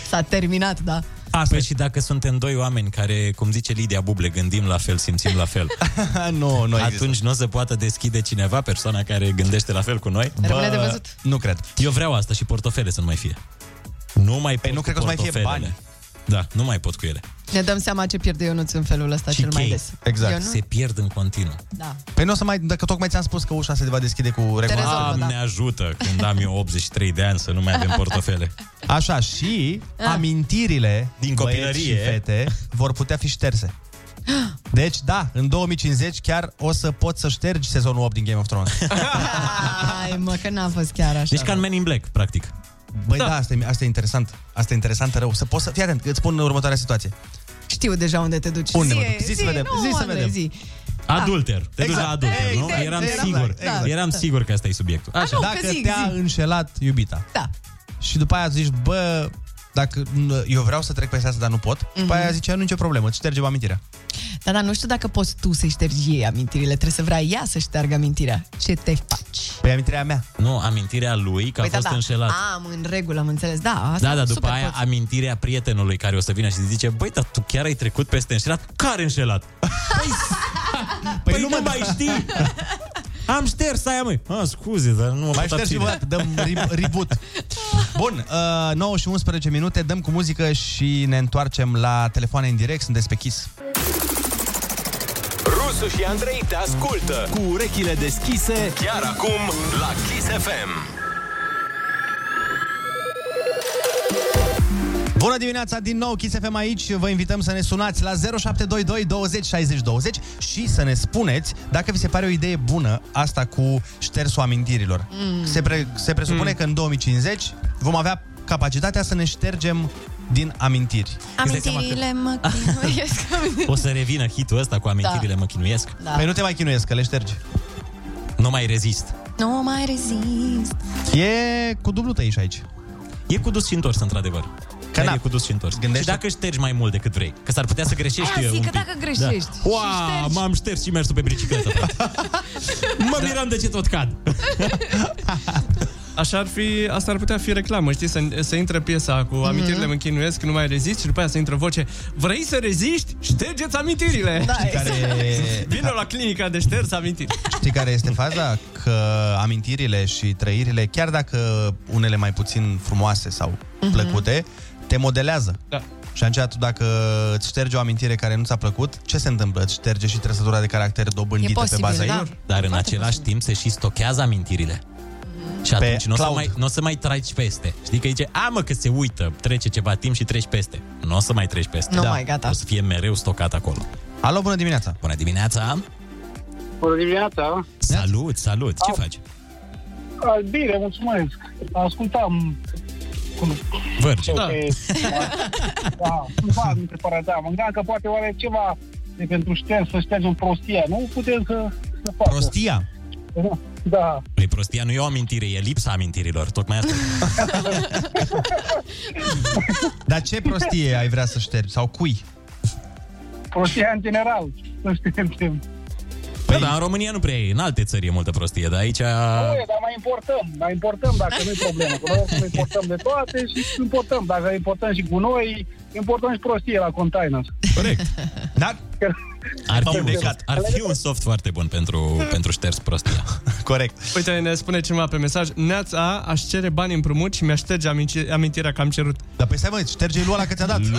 Speaker 7: S-a terminat, da.
Speaker 5: Asta. Păi și dacă suntem doi oameni care, cum zice Lidia Buble, gândim la fel, simțim la fel,
Speaker 4: nu, nu
Speaker 5: atunci nu se poate deschide cineva, persoana care gândește la fel cu noi?
Speaker 7: Rămâne de văzut.
Speaker 4: Nu cred.
Speaker 5: Eu vreau asta și portofele să nu mai fie. Nu mai păi
Speaker 4: nu cred că o să mai fie
Speaker 5: Da, nu mai pot cu ele.
Speaker 7: Ne dăm seama ce pierde Ionuț în felul ăsta
Speaker 5: Și
Speaker 7: cel mai
Speaker 5: chei.
Speaker 7: des. Eu
Speaker 4: Exact.
Speaker 7: nu?
Speaker 5: Se pierd în continuu.
Speaker 7: Da.
Speaker 4: Păi nu o să mai, dacă tocmai ți-am spus că ușa se va deschide cu recunoaștere.
Speaker 7: da.
Speaker 5: Doamne ajută când am eu 83 de ani să nu mai avem portofele.
Speaker 4: Așa, și amintirile din
Speaker 5: copilărie.
Speaker 4: și fete vor putea fi șterse. Deci, da, în 2050 chiar o să poți să ștergi sezonul 8 din Game of Thrones.
Speaker 7: Ai, mă, că n-a fost chiar
Speaker 5: Deci
Speaker 7: așa.
Speaker 4: Men in Black, practic. Băi, da, da asta, e, asta e interesant. Asta e interesant rău. Să poți să... Fii atent, îți spun următoarea situație.
Speaker 7: Știu deja unde te duci.
Speaker 4: Unde mă
Speaker 7: Zi,
Speaker 4: duc? Zi să
Speaker 7: zi,
Speaker 4: vedem,
Speaker 7: Nu,
Speaker 4: zi să
Speaker 7: Andrei,
Speaker 4: vedem.
Speaker 7: Zi.
Speaker 5: Da. Adulter. Te duci
Speaker 4: Exact.
Speaker 5: la adulter, nu?
Speaker 4: Exact,
Speaker 5: Eram
Speaker 4: exact,
Speaker 5: sigur.
Speaker 4: exact.
Speaker 5: Eram sigur că asta e subiectul. Așa.
Speaker 4: Așa, dacă te-a înșelat iubita.
Speaker 7: Da.
Speaker 4: Și după aia zici, bă, dacă n- eu vreau să trec peste asta, dar nu pot, mm-hmm. după aia zicea, nu nicio problemă, îți ștergem amintirea.
Speaker 7: Da, dar nu știu dacă poți tu să-i ștergi ei amintirile. Trebuie să vrea ea să șteargă amintirea. Ce te faci?
Speaker 4: Păi amintirea mea.
Speaker 5: Nu, amintirea lui că a fost
Speaker 7: da, da.
Speaker 5: înșelat.
Speaker 7: Am, în regulă, am înțeles. Da, asta
Speaker 5: da, da, după
Speaker 7: super
Speaker 5: aia
Speaker 7: poți.
Speaker 5: amintirea prietenului care o să vină și zice Băi, dar tu chiar ai trecut peste înșelat? Care înșelat? Păi, păi nu mă mai știi! Am șters aia, măi. Ah, scuze, dar nu mă
Speaker 4: Mai
Speaker 5: pot
Speaker 4: ștergi și
Speaker 5: abține.
Speaker 4: vă dăm re- reboot. Bun, uh, 9 și 11 minute, dăm cu muzică și ne întoarcem la telefoane în direct, sunt pe Kiss.
Speaker 1: Rusu și Andrei te ascultă cu urechile deschise chiar acum la Kiss FM.
Speaker 4: Bună dimineața din nou, Kiss FM aici. Vă invităm să ne sunați la 0722 20 60 20 și să ne spuneți dacă vi se pare o idee bună asta cu ștersul amintirilor.
Speaker 3: Mm.
Speaker 4: Se, pre- se presupune
Speaker 3: Mm.
Speaker 4: că în 2050 vom avea capacitatea să ne ștergem din amintiri.
Speaker 7: Amintirile mă chinuiesc.
Speaker 5: O să revină hitul ăsta cu amintirile, mă chinuiesc.
Speaker 7: Da. Păi
Speaker 4: nu te mai chinuiesc, că le ștergi.
Speaker 5: Nu mai rezist.
Speaker 7: Nu mai rezist.
Speaker 4: E cu dublu tăiș aici.
Speaker 5: E cu dus și întors, într-adevăr. Că e cu dus și întors. Gândește... Și dacă ștergi mai mult decât vrei, că s-ar putea să greșești
Speaker 7: Aia
Speaker 5: un
Speaker 7: zic că
Speaker 5: pic.
Speaker 7: dacă greșești și
Speaker 5: Da. Wow,
Speaker 7: ștergi-
Speaker 5: m-am șters și mers pe bicicletă. mă miram de ce tot cad.
Speaker 6: Așa ar fi, asta ar putea fi reclamă, știi, să, să intre piesa
Speaker 4: Mhm.
Speaker 6: cu amintirile mă închinuiesc, nu mai rezist și după aia să intră voce, vrei să reziști? Ștergeți amintirile!
Speaker 7: Da,
Speaker 6: Știi care-
Speaker 4: exact.
Speaker 6: Vino la clinica de șters amintiri.
Speaker 4: Știi care este faza? Că amintirile și trăirile, chiar dacă unele mai puțin frumoase sau
Speaker 6: Mhm.
Speaker 4: plăcute, te modelează.
Speaker 6: Da.
Speaker 4: Și atunci tu dacă îți ștergi o amintire care nu ți-a plăcut, ce se întâmplă? Îți șterge și trăsătura de caracter dobândită pe baza ei?
Speaker 5: Dar în același timp se și stochează amintirile. Și
Speaker 4: Pe
Speaker 5: atunci nu o să,
Speaker 4: cloud.
Speaker 5: mai, nu o să mai tragi peste. Știi că zice, a mă că se uită, trece ceva timp și treci peste. Nu o să mai treci peste.
Speaker 7: Nu mai, gata.
Speaker 5: O să fie mereu stocat acolo.
Speaker 4: Da. Alo, bună dimineața!
Speaker 5: Bună dimineața!
Speaker 21: Bună dimineața!
Speaker 5: Salut, salut! Ce faci?
Speaker 21: Ah, Bine, mulțumesc! Ascultam... Cum...
Speaker 5: Vârge.
Speaker 21: Da. da, cumva mi se pare, da. Mă gândeam că poate oare ceva de pentru șters, să ștergem prostia, nu? Putem să, să facă.
Speaker 4: Prostia?
Speaker 21: Da.
Speaker 5: Păi prostia nu e o amintire, e lipsa amintirilor. Tocmai asta.
Speaker 21: da.
Speaker 4: Dar ce prostie ai vrea să ștergi? Sau cui?
Speaker 21: Prostia în general, să ștergem.
Speaker 5: Păi... Da, dar în România nu prea e. În alte țări e multă prostie, dar
Speaker 21: Păi,
Speaker 5: aici...
Speaker 21: Băi, dar mai importăm, mai importăm dacă nu e problemă. Că noi acum importăm de toate și importăm. Dacă importăm și gunoi, importăm și prostie la container.
Speaker 5: Corect.
Speaker 4: Dar
Speaker 5: Ar
Speaker 21: M-am
Speaker 5: fi, un
Speaker 21: unecat.
Speaker 5: soft, ar fi un soft foarte bun pentru, pentru șters prostia.
Speaker 4: Corect.
Speaker 6: Uite, ne spune cineva pe mesaj, Neața, aș cere bani împrumut și mi-aș șterge aminci- amintirea că am cerut.
Speaker 4: Dar păi stai mă, șterge-i lui ăla că ți-a dat.
Speaker 5: Lui, nu,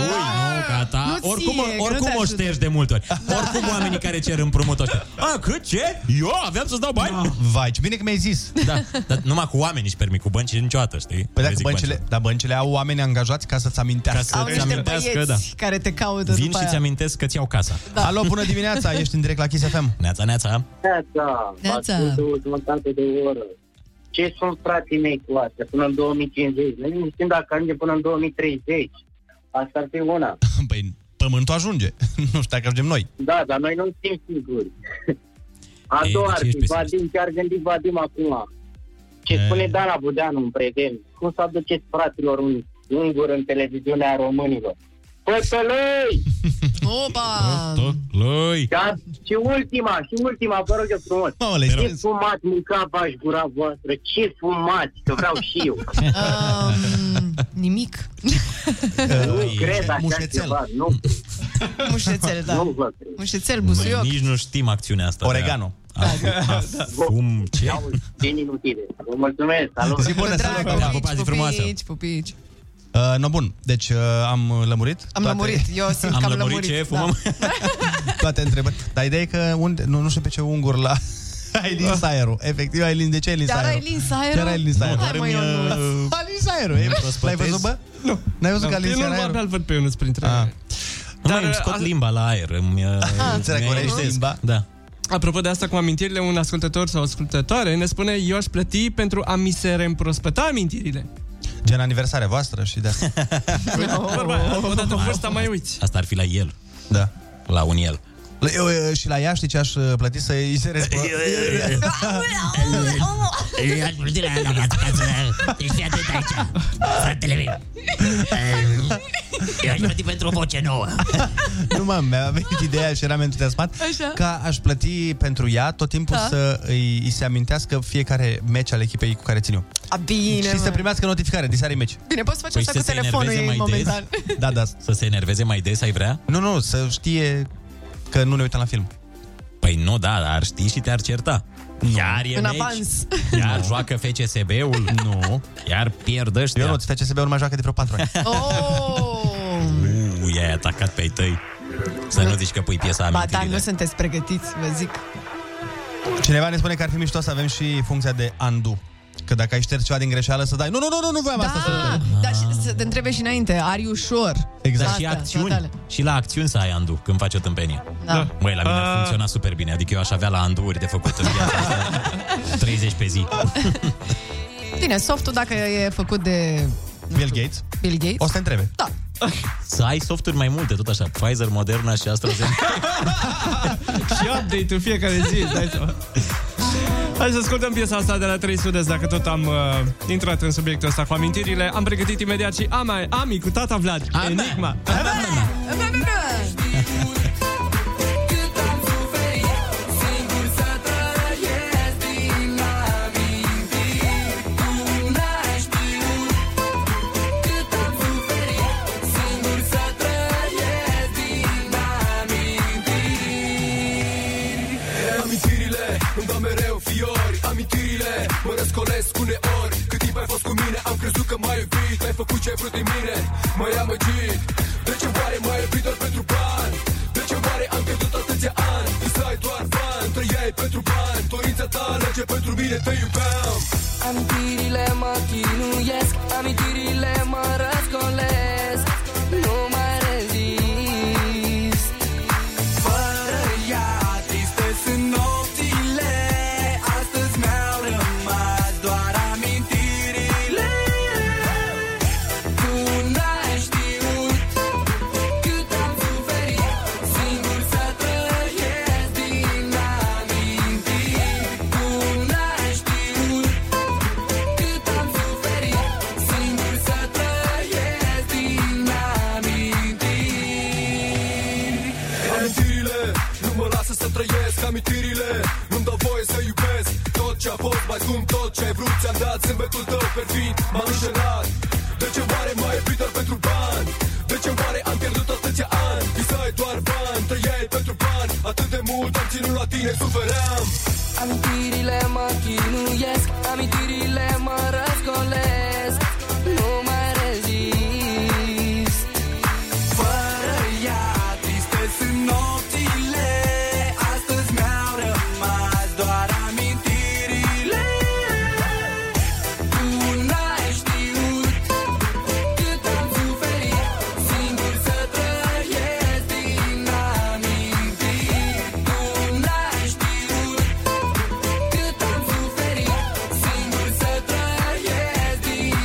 Speaker 5: gata.
Speaker 6: Nu ție,
Speaker 5: Da, oricum
Speaker 6: că nu
Speaker 5: oricum
Speaker 6: te
Speaker 5: o
Speaker 6: ajută.
Speaker 5: ștergi de multe ori.
Speaker 4: Da.
Speaker 5: Oricum oamenii care cer împrumut o ștergi. A, cât? Ce? Eu aveam să-ți dau bani?
Speaker 4: Da. Vai, ce bine că mi-ai zis.
Speaker 5: Da, dar numai cu oamenii își permit, cu băncile niciodată, știi?
Speaker 4: Păi dacă băncile, dar băncile au oameni angajați ca să-ți amintească.
Speaker 7: Au niște băieți care te caută
Speaker 5: da. Vin
Speaker 7: după
Speaker 5: și ți
Speaker 7: aia.
Speaker 5: amintesc că ți iau casa.
Speaker 4: Da. Alo, bună dimineața, ești în direct la Kiss FM.
Speaker 5: Neața, neața.
Speaker 21: Da, Neața,
Speaker 7: Neața.
Speaker 21: ascult o jumătate de oră. Ce sunt frații mei cu astea până în 2050? Noi nu știm dacă ajunge până în 2030. Asta ar fi una.
Speaker 4: Păi pământul ajunge. nu știu dacă ajungem noi.
Speaker 21: Da, dar noi nu știm siguri. A
Speaker 4: Ei,
Speaker 21: doua
Speaker 4: de
Speaker 21: ar
Speaker 4: ce ești
Speaker 21: fi, Vadim, chiar gândit Vadim acum. Ce
Speaker 4: E.
Speaker 21: spune Dana Budeanu în prezent? Cum să aduceți fraților un ungur în televiziunea românilor? Pătălei!
Speaker 7: Opa!
Speaker 5: Lui!
Speaker 21: Da, și ultima, și ultima, vă rog eu frumos.
Speaker 5: Maule,
Speaker 21: ce
Speaker 5: sens.
Speaker 21: fumați în cap aș gura voastră? Ce fumați? Că vreau și eu.
Speaker 7: Nimic. Păi,
Speaker 21: nu cred așa ceva, nu.
Speaker 7: Mușețel, da.
Speaker 21: Nu vă cred.
Speaker 7: Mușețel,
Speaker 5: Noi
Speaker 7: busuioc.
Speaker 5: nici nu știm acțiunea asta. Oregano.
Speaker 21: Da.
Speaker 5: Cum ce?
Speaker 21: Din inutile. Vă mulțumesc, salut.
Speaker 4: Zi bună, salut, Paula. Pupați frumoasă.
Speaker 7: Pupici, pupici.
Speaker 4: Uh, no, bun. Deci uh, am lămurit?
Speaker 7: Am lămurit. Eu simt că am lămurit, da.
Speaker 4: toate întrebări. Dar ideea e că unde, nu, nu știu pe ce ungur la... ai lins aerul. Efectiv, ai lins. De ce ai lins
Speaker 7: Chiar
Speaker 4: aerul?
Speaker 7: Ah. ai lins aerul?
Speaker 4: Chiar ai lins
Speaker 7: Nu,
Speaker 4: aerul.
Speaker 7: hai, mă,
Speaker 5: uh,
Speaker 7: Ionuț.
Speaker 4: A lins aerul. e- L-ai văzut, bă? Nu. N-ai văzut că a lins
Speaker 6: Eu nu
Speaker 4: aerul?
Speaker 6: abia îl văd pe Ionuț printre Dar
Speaker 5: Dar Ah. îmi scot limba la aer. Îmi,
Speaker 4: Ah,
Speaker 6: Înțeleg,
Speaker 5: mi-e-
Speaker 6: orești limba.
Speaker 5: Da.
Speaker 6: Apropo de asta cu amintirile, un ascultător sau ascultătoare ne spune eu aș plăti pentru a mi se reîmprospăta amintirile.
Speaker 4: Gen aniversarea voastră și de asta.
Speaker 6: Vorba, odată vârsta mai uiți.
Speaker 5: Asta ar fi la el.
Speaker 4: Da.
Speaker 5: La un el.
Speaker 4: Eu, eu, și la ea, știi ce aș uh, plăti să îi se răspă?
Speaker 3: Eu aș plăti la la la ca să ești Deci atent aici, fratele meu. Ehm, Eu aș plăti pentru o voce nouă.
Speaker 4: nu mă, mi-a venit ideea și eram entuziasmat
Speaker 3: Așa.
Speaker 4: că aș plăti pentru ea tot timpul
Speaker 7: Da.
Speaker 4: să îi, îi se amintească fiecare meci al echipei cu care țin eu.
Speaker 7: A, bine,
Speaker 4: și să
Speaker 7: mă.
Speaker 4: primească notificare, diseară meci. Păi
Speaker 7: Bine, poți face asta
Speaker 5: să
Speaker 7: cu
Speaker 5: se
Speaker 7: telefonul
Speaker 5: enerveze
Speaker 7: ei
Speaker 5: mai
Speaker 7: momentan.
Speaker 5: des?
Speaker 4: Da, da.
Speaker 5: Să se enerveze mai des, ai vrea?
Speaker 4: Nu, nu, să știe că nu ne uităm la film.
Speaker 5: Păi nu, da, dar ar ști și te-ar certa. Iar e
Speaker 7: În
Speaker 5: meci,
Speaker 7: avans.
Speaker 5: Iar joacă FCSB-ul? Nu. Iar pierd ăștia? Eu nu,
Speaker 4: FCSB-ul mai joacă de vreo 4 ani.
Speaker 5: Uu, i-ai atacat pe ai tăi. Să nu zici că pui piesa
Speaker 7: Ba, da,
Speaker 5: amintirii.
Speaker 7: nu sunteți pregătiți, vă zic.
Speaker 4: Cineva ne spune că ar fi mișto să avem și funcția de undo. Că dacă ai șters ceva din greșeală să dai Nu, nu, nu, nu, nu
Speaker 5: Păi
Speaker 4: voiam
Speaker 7: Da,
Speaker 4: asta să
Speaker 7: dar și, să te întrebe și înainte, are you sure?
Speaker 5: Exact.
Speaker 7: Asta,
Speaker 5: și acțiuni.
Speaker 7: toate alea.
Speaker 5: Și la acțiuni să ai andu când faci o tâmpenie.
Speaker 7: Da.
Speaker 5: Băi, la mine
Speaker 4: Ah.
Speaker 5: a funcționat super bine. Adică eu aș avea la anduuri de făcut în viața asta. 30 pe zi.
Speaker 7: Bine, softul dacă e făcut de
Speaker 4: Bill Gates.
Speaker 7: Bill Gates.
Speaker 4: O să te întrebe.
Speaker 7: Da.
Speaker 5: Să ai softuri mai multe, tot așa. Pfizer, Moderna și AstraZeneca.
Speaker 6: și update în fiecare zi, dai seama. Hai să ascultăm piesa asta de la 300 dacă tot am uh, intrat în subiectul ăsta cu amintirile. Am pregătit imediat și Ami, Ami cu tata Vlad, Enigma.
Speaker 10: Amintirile îmi dau mereu fiori Amintirile mă răscolesc uneori Cât timp ai fost cu mine am crezut că m-ai iubit Ai făcut ce ai vrut din mine, m-ai amăgit De ce oare m-ai iubit doar pentru bani? De ce oare am pierdut atâția ani? Visai doar bani, trăiai pentru bani Dorința ta alege pentru mine, te iubeam
Speaker 25: Amintirile mă chinuiesc Amintirile mă răscolesc Nu mai rezist Fără ea triste sunt nopțile Astăzi mi-au rămas doar amintirile Tu n-ai știut cât am suferit Singur să trăiesc din amintiri Tu n-ai știut cât am suferit Singur să trăiesc din amintiri
Speaker 10: Amintirile nu mă lasă să trăiesc Amintirile nu-mi dau voie să iubesc Tot ce a fost mai scump, tot ce ai vrut Ți-am dat zâmbetul tău perfid M-am înșelat De ce oare mai iubit doar pentru bani? De ce oare am pierdut atâția ani? Visai doar bani, trăiai pentru bani Atât de mult am ținut la tine, sufeream
Speaker 25: Amintirile mă chinuiesc Amintirile mă răscolesc Nu mai rezist Fără ea triste sunt nopțile Astăzi mi-au rămas doar amintirile Tu n-ai știut cât am suferit Singur să trăiesc din amintiri Tu n-ai știut cât am suferit Singur să trăiesc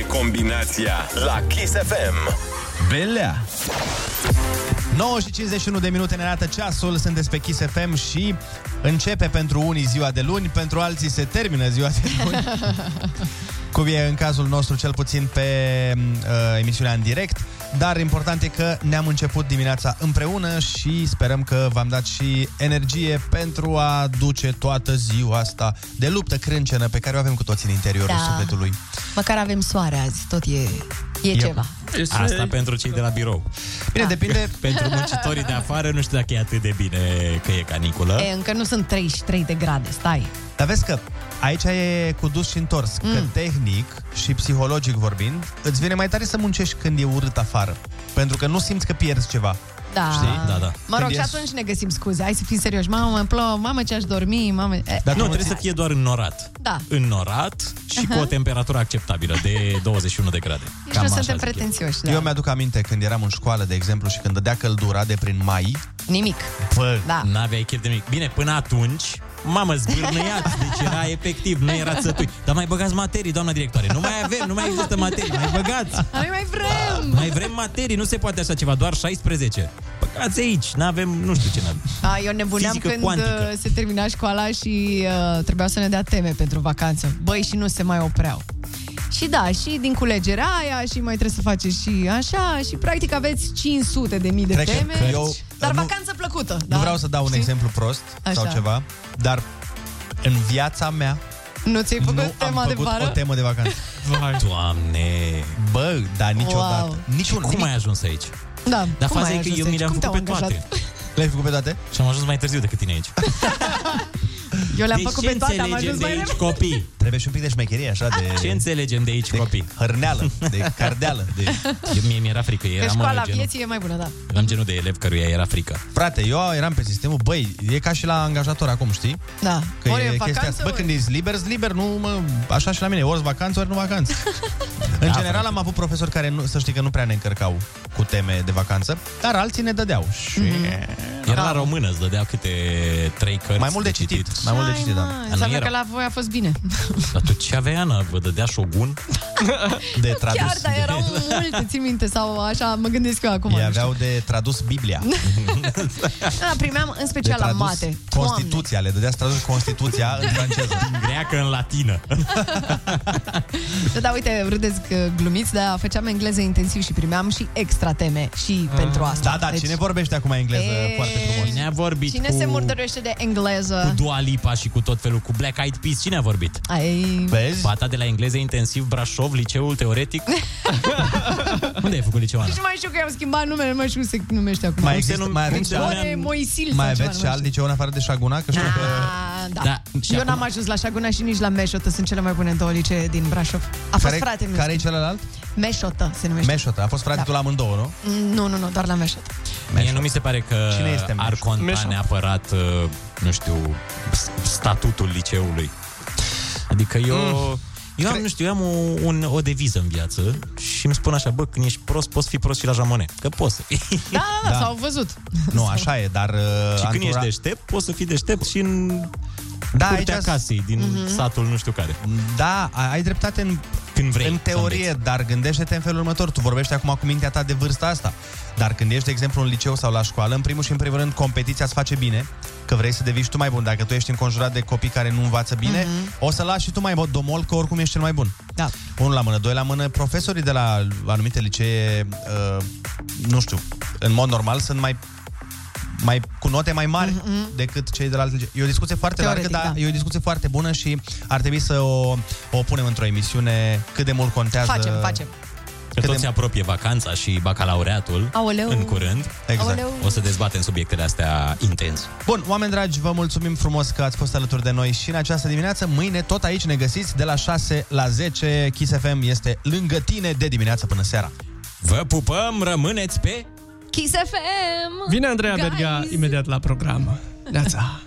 Speaker 1: e combinația la Kiss FM.
Speaker 4: Belea. 9 și 51 de minute ne arată ceasul, sunteți pe Kiss FM și începe pentru unii ziua de luni, pentru alții se termină ziua de luni. Cum e în cazul nostru, cel puțin pe uh, emisiunea în direct. Dar important e că ne-am început dimineața împreună și sperăm că v-am dat și energie pentru a duce toată ziua asta de luptă crâncenă pe care o avem cu toții în interiorul
Speaker 7: Da.
Speaker 4: sufletului.
Speaker 7: Măcar avem soare azi, tot e, e ceva.
Speaker 5: Asta pentru cei de la birou.
Speaker 7: Da.
Speaker 4: Bine, depinde...
Speaker 5: pentru muncitorii de afară, nu știu dacă e atât de bine că e caniculă.
Speaker 7: E, încă nu sunt 33 de grade, stai.
Speaker 4: Dar vezi că aici e cu dus și întors, mm. că tehnic și psihologic vorbind, îți vine mai tare să muncești când e urât afară, pentru că nu simți că pierzi ceva.
Speaker 7: Da.
Speaker 4: Știi? Da, da.
Speaker 7: Mă rog,
Speaker 4: Când
Speaker 7: și
Speaker 4: e-
Speaker 7: atunci ne găsim scuze. Hai să fim serioși. Mamă, plouă, mamă ce aș dormi, mamă... E,
Speaker 5: Dar nu, trebuie să fie doar înnorat.
Speaker 7: Da.
Speaker 5: Înnorat și cu
Speaker 7: Aha.
Speaker 5: o temperatură acceptabilă de 21 de grade.
Speaker 7: Nici nu suntem pretențioși, da.
Speaker 4: Eu mi-aduc aminte când eram în școală, de exemplu, și când dădea căldura de prin mai,
Speaker 7: Nimic.
Speaker 4: bă,
Speaker 7: Da.
Speaker 5: n-aveai chef de nimic. Bine, până atunci, mamă, zbârnăiați, deci era efectiv, nu era țătui. Dar mai băgați materii, doamna directoare, nu mai avem, nu mai există materii, mai băgați.
Speaker 7: Noi mai vrem!
Speaker 5: Mai vrem materii, nu se poate așa ceva, doar 16. Băgați aici, nu avem, nu știu ce n-avem.
Speaker 7: A, eu nebuneam
Speaker 5: Fizică
Speaker 7: când
Speaker 5: cuantică.
Speaker 7: uh, se termina școala și uh, trebuia să ne dea teme pentru vacanță. Băi, și nu se mai opreau. Și da, și din culegerea aia și mai trebuie să faceți și așa și practic aveți 500 de mii de
Speaker 4: Cred că-
Speaker 7: teme.
Speaker 4: că eu-
Speaker 7: dar
Speaker 4: nu-
Speaker 7: vacanță plăcută,
Speaker 4: da.
Speaker 7: da?
Speaker 4: nu vreau să dau un
Speaker 7: Știi?
Speaker 4: exemplu prost
Speaker 7: Așa.
Speaker 4: sau ceva, dar în viața mea
Speaker 7: Nu ți-ai făcut
Speaker 4: nu am
Speaker 7: tema de
Speaker 4: făcut
Speaker 7: vară?
Speaker 4: o temă de vacanță.
Speaker 5: Vai. Doamne!
Speaker 4: Bă, dar niciodată.
Speaker 7: Wow.
Speaker 4: Niciun,
Speaker 5: Cum ai ajuns aici?
Speaker 7: Da,
Speaker 5: Dar
Speaker 7: cum
Speaker 5: faza
Speaker 7: ai
Speaker 5: e că
Speaker 7: ajuns
Speaker 5: eu mi
Speaker 7: aici?
Speaker 5: le-am
Speaker 7: Cum
Speaker 5: făcut pe
Speaker 7: te-au
Speaker 5: toate.
Speaker 7: angajat?
Speaker 4: Le-ai făcut pe toate?
Speaker 5: Și am ajuns mai târziu decât tine aici.
Speaker 7: Eu le-am
Speaker 5: Deci
Speaker 7: făcut
Speaker 5: ce
Speaker 7: pe toate, am
Speaker 5: înțelegem
Speaker 7: ajuns
Speaker 5: de
Speaker 7: mai
Speaker 5: aici,
Speaker 7: repede.
Speaker 5: copii?
Speaker 4: Trebuie și un pic de șmecherie, așa, de...
Speaker 5: Ce înțelegem de aici, copii?
Speaker 4: Hârneală, de cardeală, de...
Speaker 5: Eu, mie mi-era frică, eu
Speaker 7: Că
Speaker 5: eram
Speaker 7: școala
Speaker 5: ăla genul,
Speaker 7: vieții e mai bună, da.
Speaker 5: eram genul de elev căruia era frică.
Speaker 4: Frate, eu eram pe sistemul, băi, e ca și la angajator acum, știi?
Speaker 7: Da.
Speaker 4: Că
Speaker 7: ori în
Speaker 4: e chestia
Speaker 7: vacanță,
Speaker 4: asta. Bă,
Speaker 7: ori-
Speaker 4: când ești liber, ești liber, nu mă, așa și la mine, ori vacanță, ori nu vacanță.
Speaker 7: Da,
Speaker 4: în general am avut profesori care, nu, să știi că nu prea ne încărcau cu teme de vacanță, dar alții ne dădeau. Și...
Speaker 7: Mhm.
Speaker 5: Era la română, îți dădea câte trei cărți.
Speaker 4: Mai mult de citit, mai mult de citit, da.
Speaker 7: Ah,
Speaker 5: Dar nu
Speaker 7: Înseamnă că
Speaker 5: era.
Speaker 7: la voi a fost bine.
Speaker 5: Dar tu ce aveai, Ana? Vă dădea șogun?
Speaker 4: De
Speaker 7: Chiar, dar erau multe, ții minte, sau așa, mă gândesc eu acum.
Speaker 4: Ei aveau de tradus Biblia.
Speaker 7: Da, primeam în
Speaker 4: De
Speaker 7: special la
Speaker 4: tradus
Speaker 7: mate. Doamne.
Speaker 4: Constituția, le dădea să tradus Constituția în franceză.
Speaker 5: Din greacă în latină.
Speaker 7: Da, da, uite, râdeți că glumiți, dar făceam engleză intensiv și primeam și extra teme și pentru asta.
Speaker 4: Da, da,
Speaker 7: Deci,
Speaker 4: cine vorbește acum engleză
Speaker 7: E,
Speaker 4: foarte frumos?
Speaker 5: Cine a vorbit
Speaker 7: Cine
Speaker 5: cu...
Speaker 7: se murdărește de
Speaker 5: cu
Speaker 7: engleză?
Speaker 5: Dua Lipa și cu tot felul, cu Black Eyed Peas, cine a vorbit?
Speaker 7: Ai...
Speaker 4: Vezi?
Speaker 5: Fata de la engleză intensiv, Brașov, liceul teoretic. Unde ai făcut liceul, Ana?
Speaker 7: Nici nu mai știu că i-am schimbat numele, nu mai știu cum se numește acum.
Speaker 4: Mai există, mai aveți, și-
Speaker 7: Gore Moisil
Speaker 4: mai
Speaker 7: sau ceva,
Speaker 4: aveți
Speaker 7: nu
Speaker 4: și alt liceu în afară de Șaguna? Că știu că...
Speaker 7: A, da.
Speaker 5: Da,
Speaker 7: da.
Speaker 5: și
Speaker 7: Eu
Speaker 5: acum-
Speaker 7: n-am ajuns la Șaguna și nici la Meșotă, sunt cele mai bune două licee din Brașov. A fost
Speaker 4: care,
Speaker 7: frate meu.
Speaker 4: care e celălalt?
Speaker 7: Meșotă se numește.
Speaker 4: Meșotă. A fost frate
Speaker 7: Da.
Speaker 4: tu la amândouă, nu?
Speaker 7: Nu, nu, nu, doar la Meșotă.
Speaker 5: Mie nu mi se pare că
Speaker 4: Cine este
Speaker 5: ar
Speaker 4: Meșo?
Speaker 5: conta
Speaker 4: Meșo.
Speaker 5: neapărat, uh, nu știu, s- statutul liceului. Adică eu...
Speaker 4: Mm.
Speaker 5: Eu am, nu știu, eu am o, un, o deviză în viață și îmi spun așa, bă, când ești prost, poți fi prost și la jamone. Că poți să fii.
Speaker 7: Da, da, da,
Speaker 4: Da.
Speaker 7: s-au văzut.
Speaker 4: Nu, așa e, dar... uh,
Speaker 5: și când
Speaker 4: antura-
Speaker 5: ești deștept, poți să fii deștept și în
Speaker 4: Da,
Speaker 5: da, curtea
Speaker 4: aici- Mhm.
Speaker 5: casei, din satul nu știu care.
Speaker 4: Da, a- ai dreptate în,
Speaker 5: Când vrei
Speaker 4: în
Speaker 5: să
Speaker 4: teorie, dar gândește-te în felul următor. Tu vorbești acum cu mintea ta de vârsta asta. Dar când ești, de exemplu, în liceu sau la școală, în primul și în primul rând, competiția îți face bine, că vrei să devii și tu mai bun. Dacă tu ești înconjurat de copii care nu învață bine, o să lași și tu mai bun domol, că oricum ești cel mai bun.
Speaker 7: Da.
Speaker 4: Unul la mână, doi la mână. Profesorii de la anumite licee, uh, nu știu, în mod normal, sunt mai mai cu note mai mari mm-hmm. decât cei de la alte licee. E o discuție foarte
Speaker 7: Teoretic,
Speaker 4: largă, dar
Speaker 7: da.
Speaker 4: e o discuție foarte bună și ar trebui să o, o punem într-o emisiune cât de mult contează.
Speaker 7: Facem, facem.
Speaker 5: Că tot se apropie vacanța și bacalaureatul
Speaker 7: Aoleu.
Speaker 5: în curând.
Speaker 4: Exact.
Speaker 7: Aoleu.
Speaker 5: O să dezbatem subiectele astea intens.
Speaker 4: Bun, oameni dragi, vă mulțumim frumos că ați fost alături de noi și în această dimineață. Mâine tot aici ne găsiți de la 6 la 10. Kiss FM este lângă tine de dimineață până seara.
Speaker 5: Vă pupăm, rămâneți pe
Speaker 7: Kiss FM!
Speaker 6: Vine Andreea
Speaker 7: Guys!
Speaker 6: Berga imediat la program. Neața!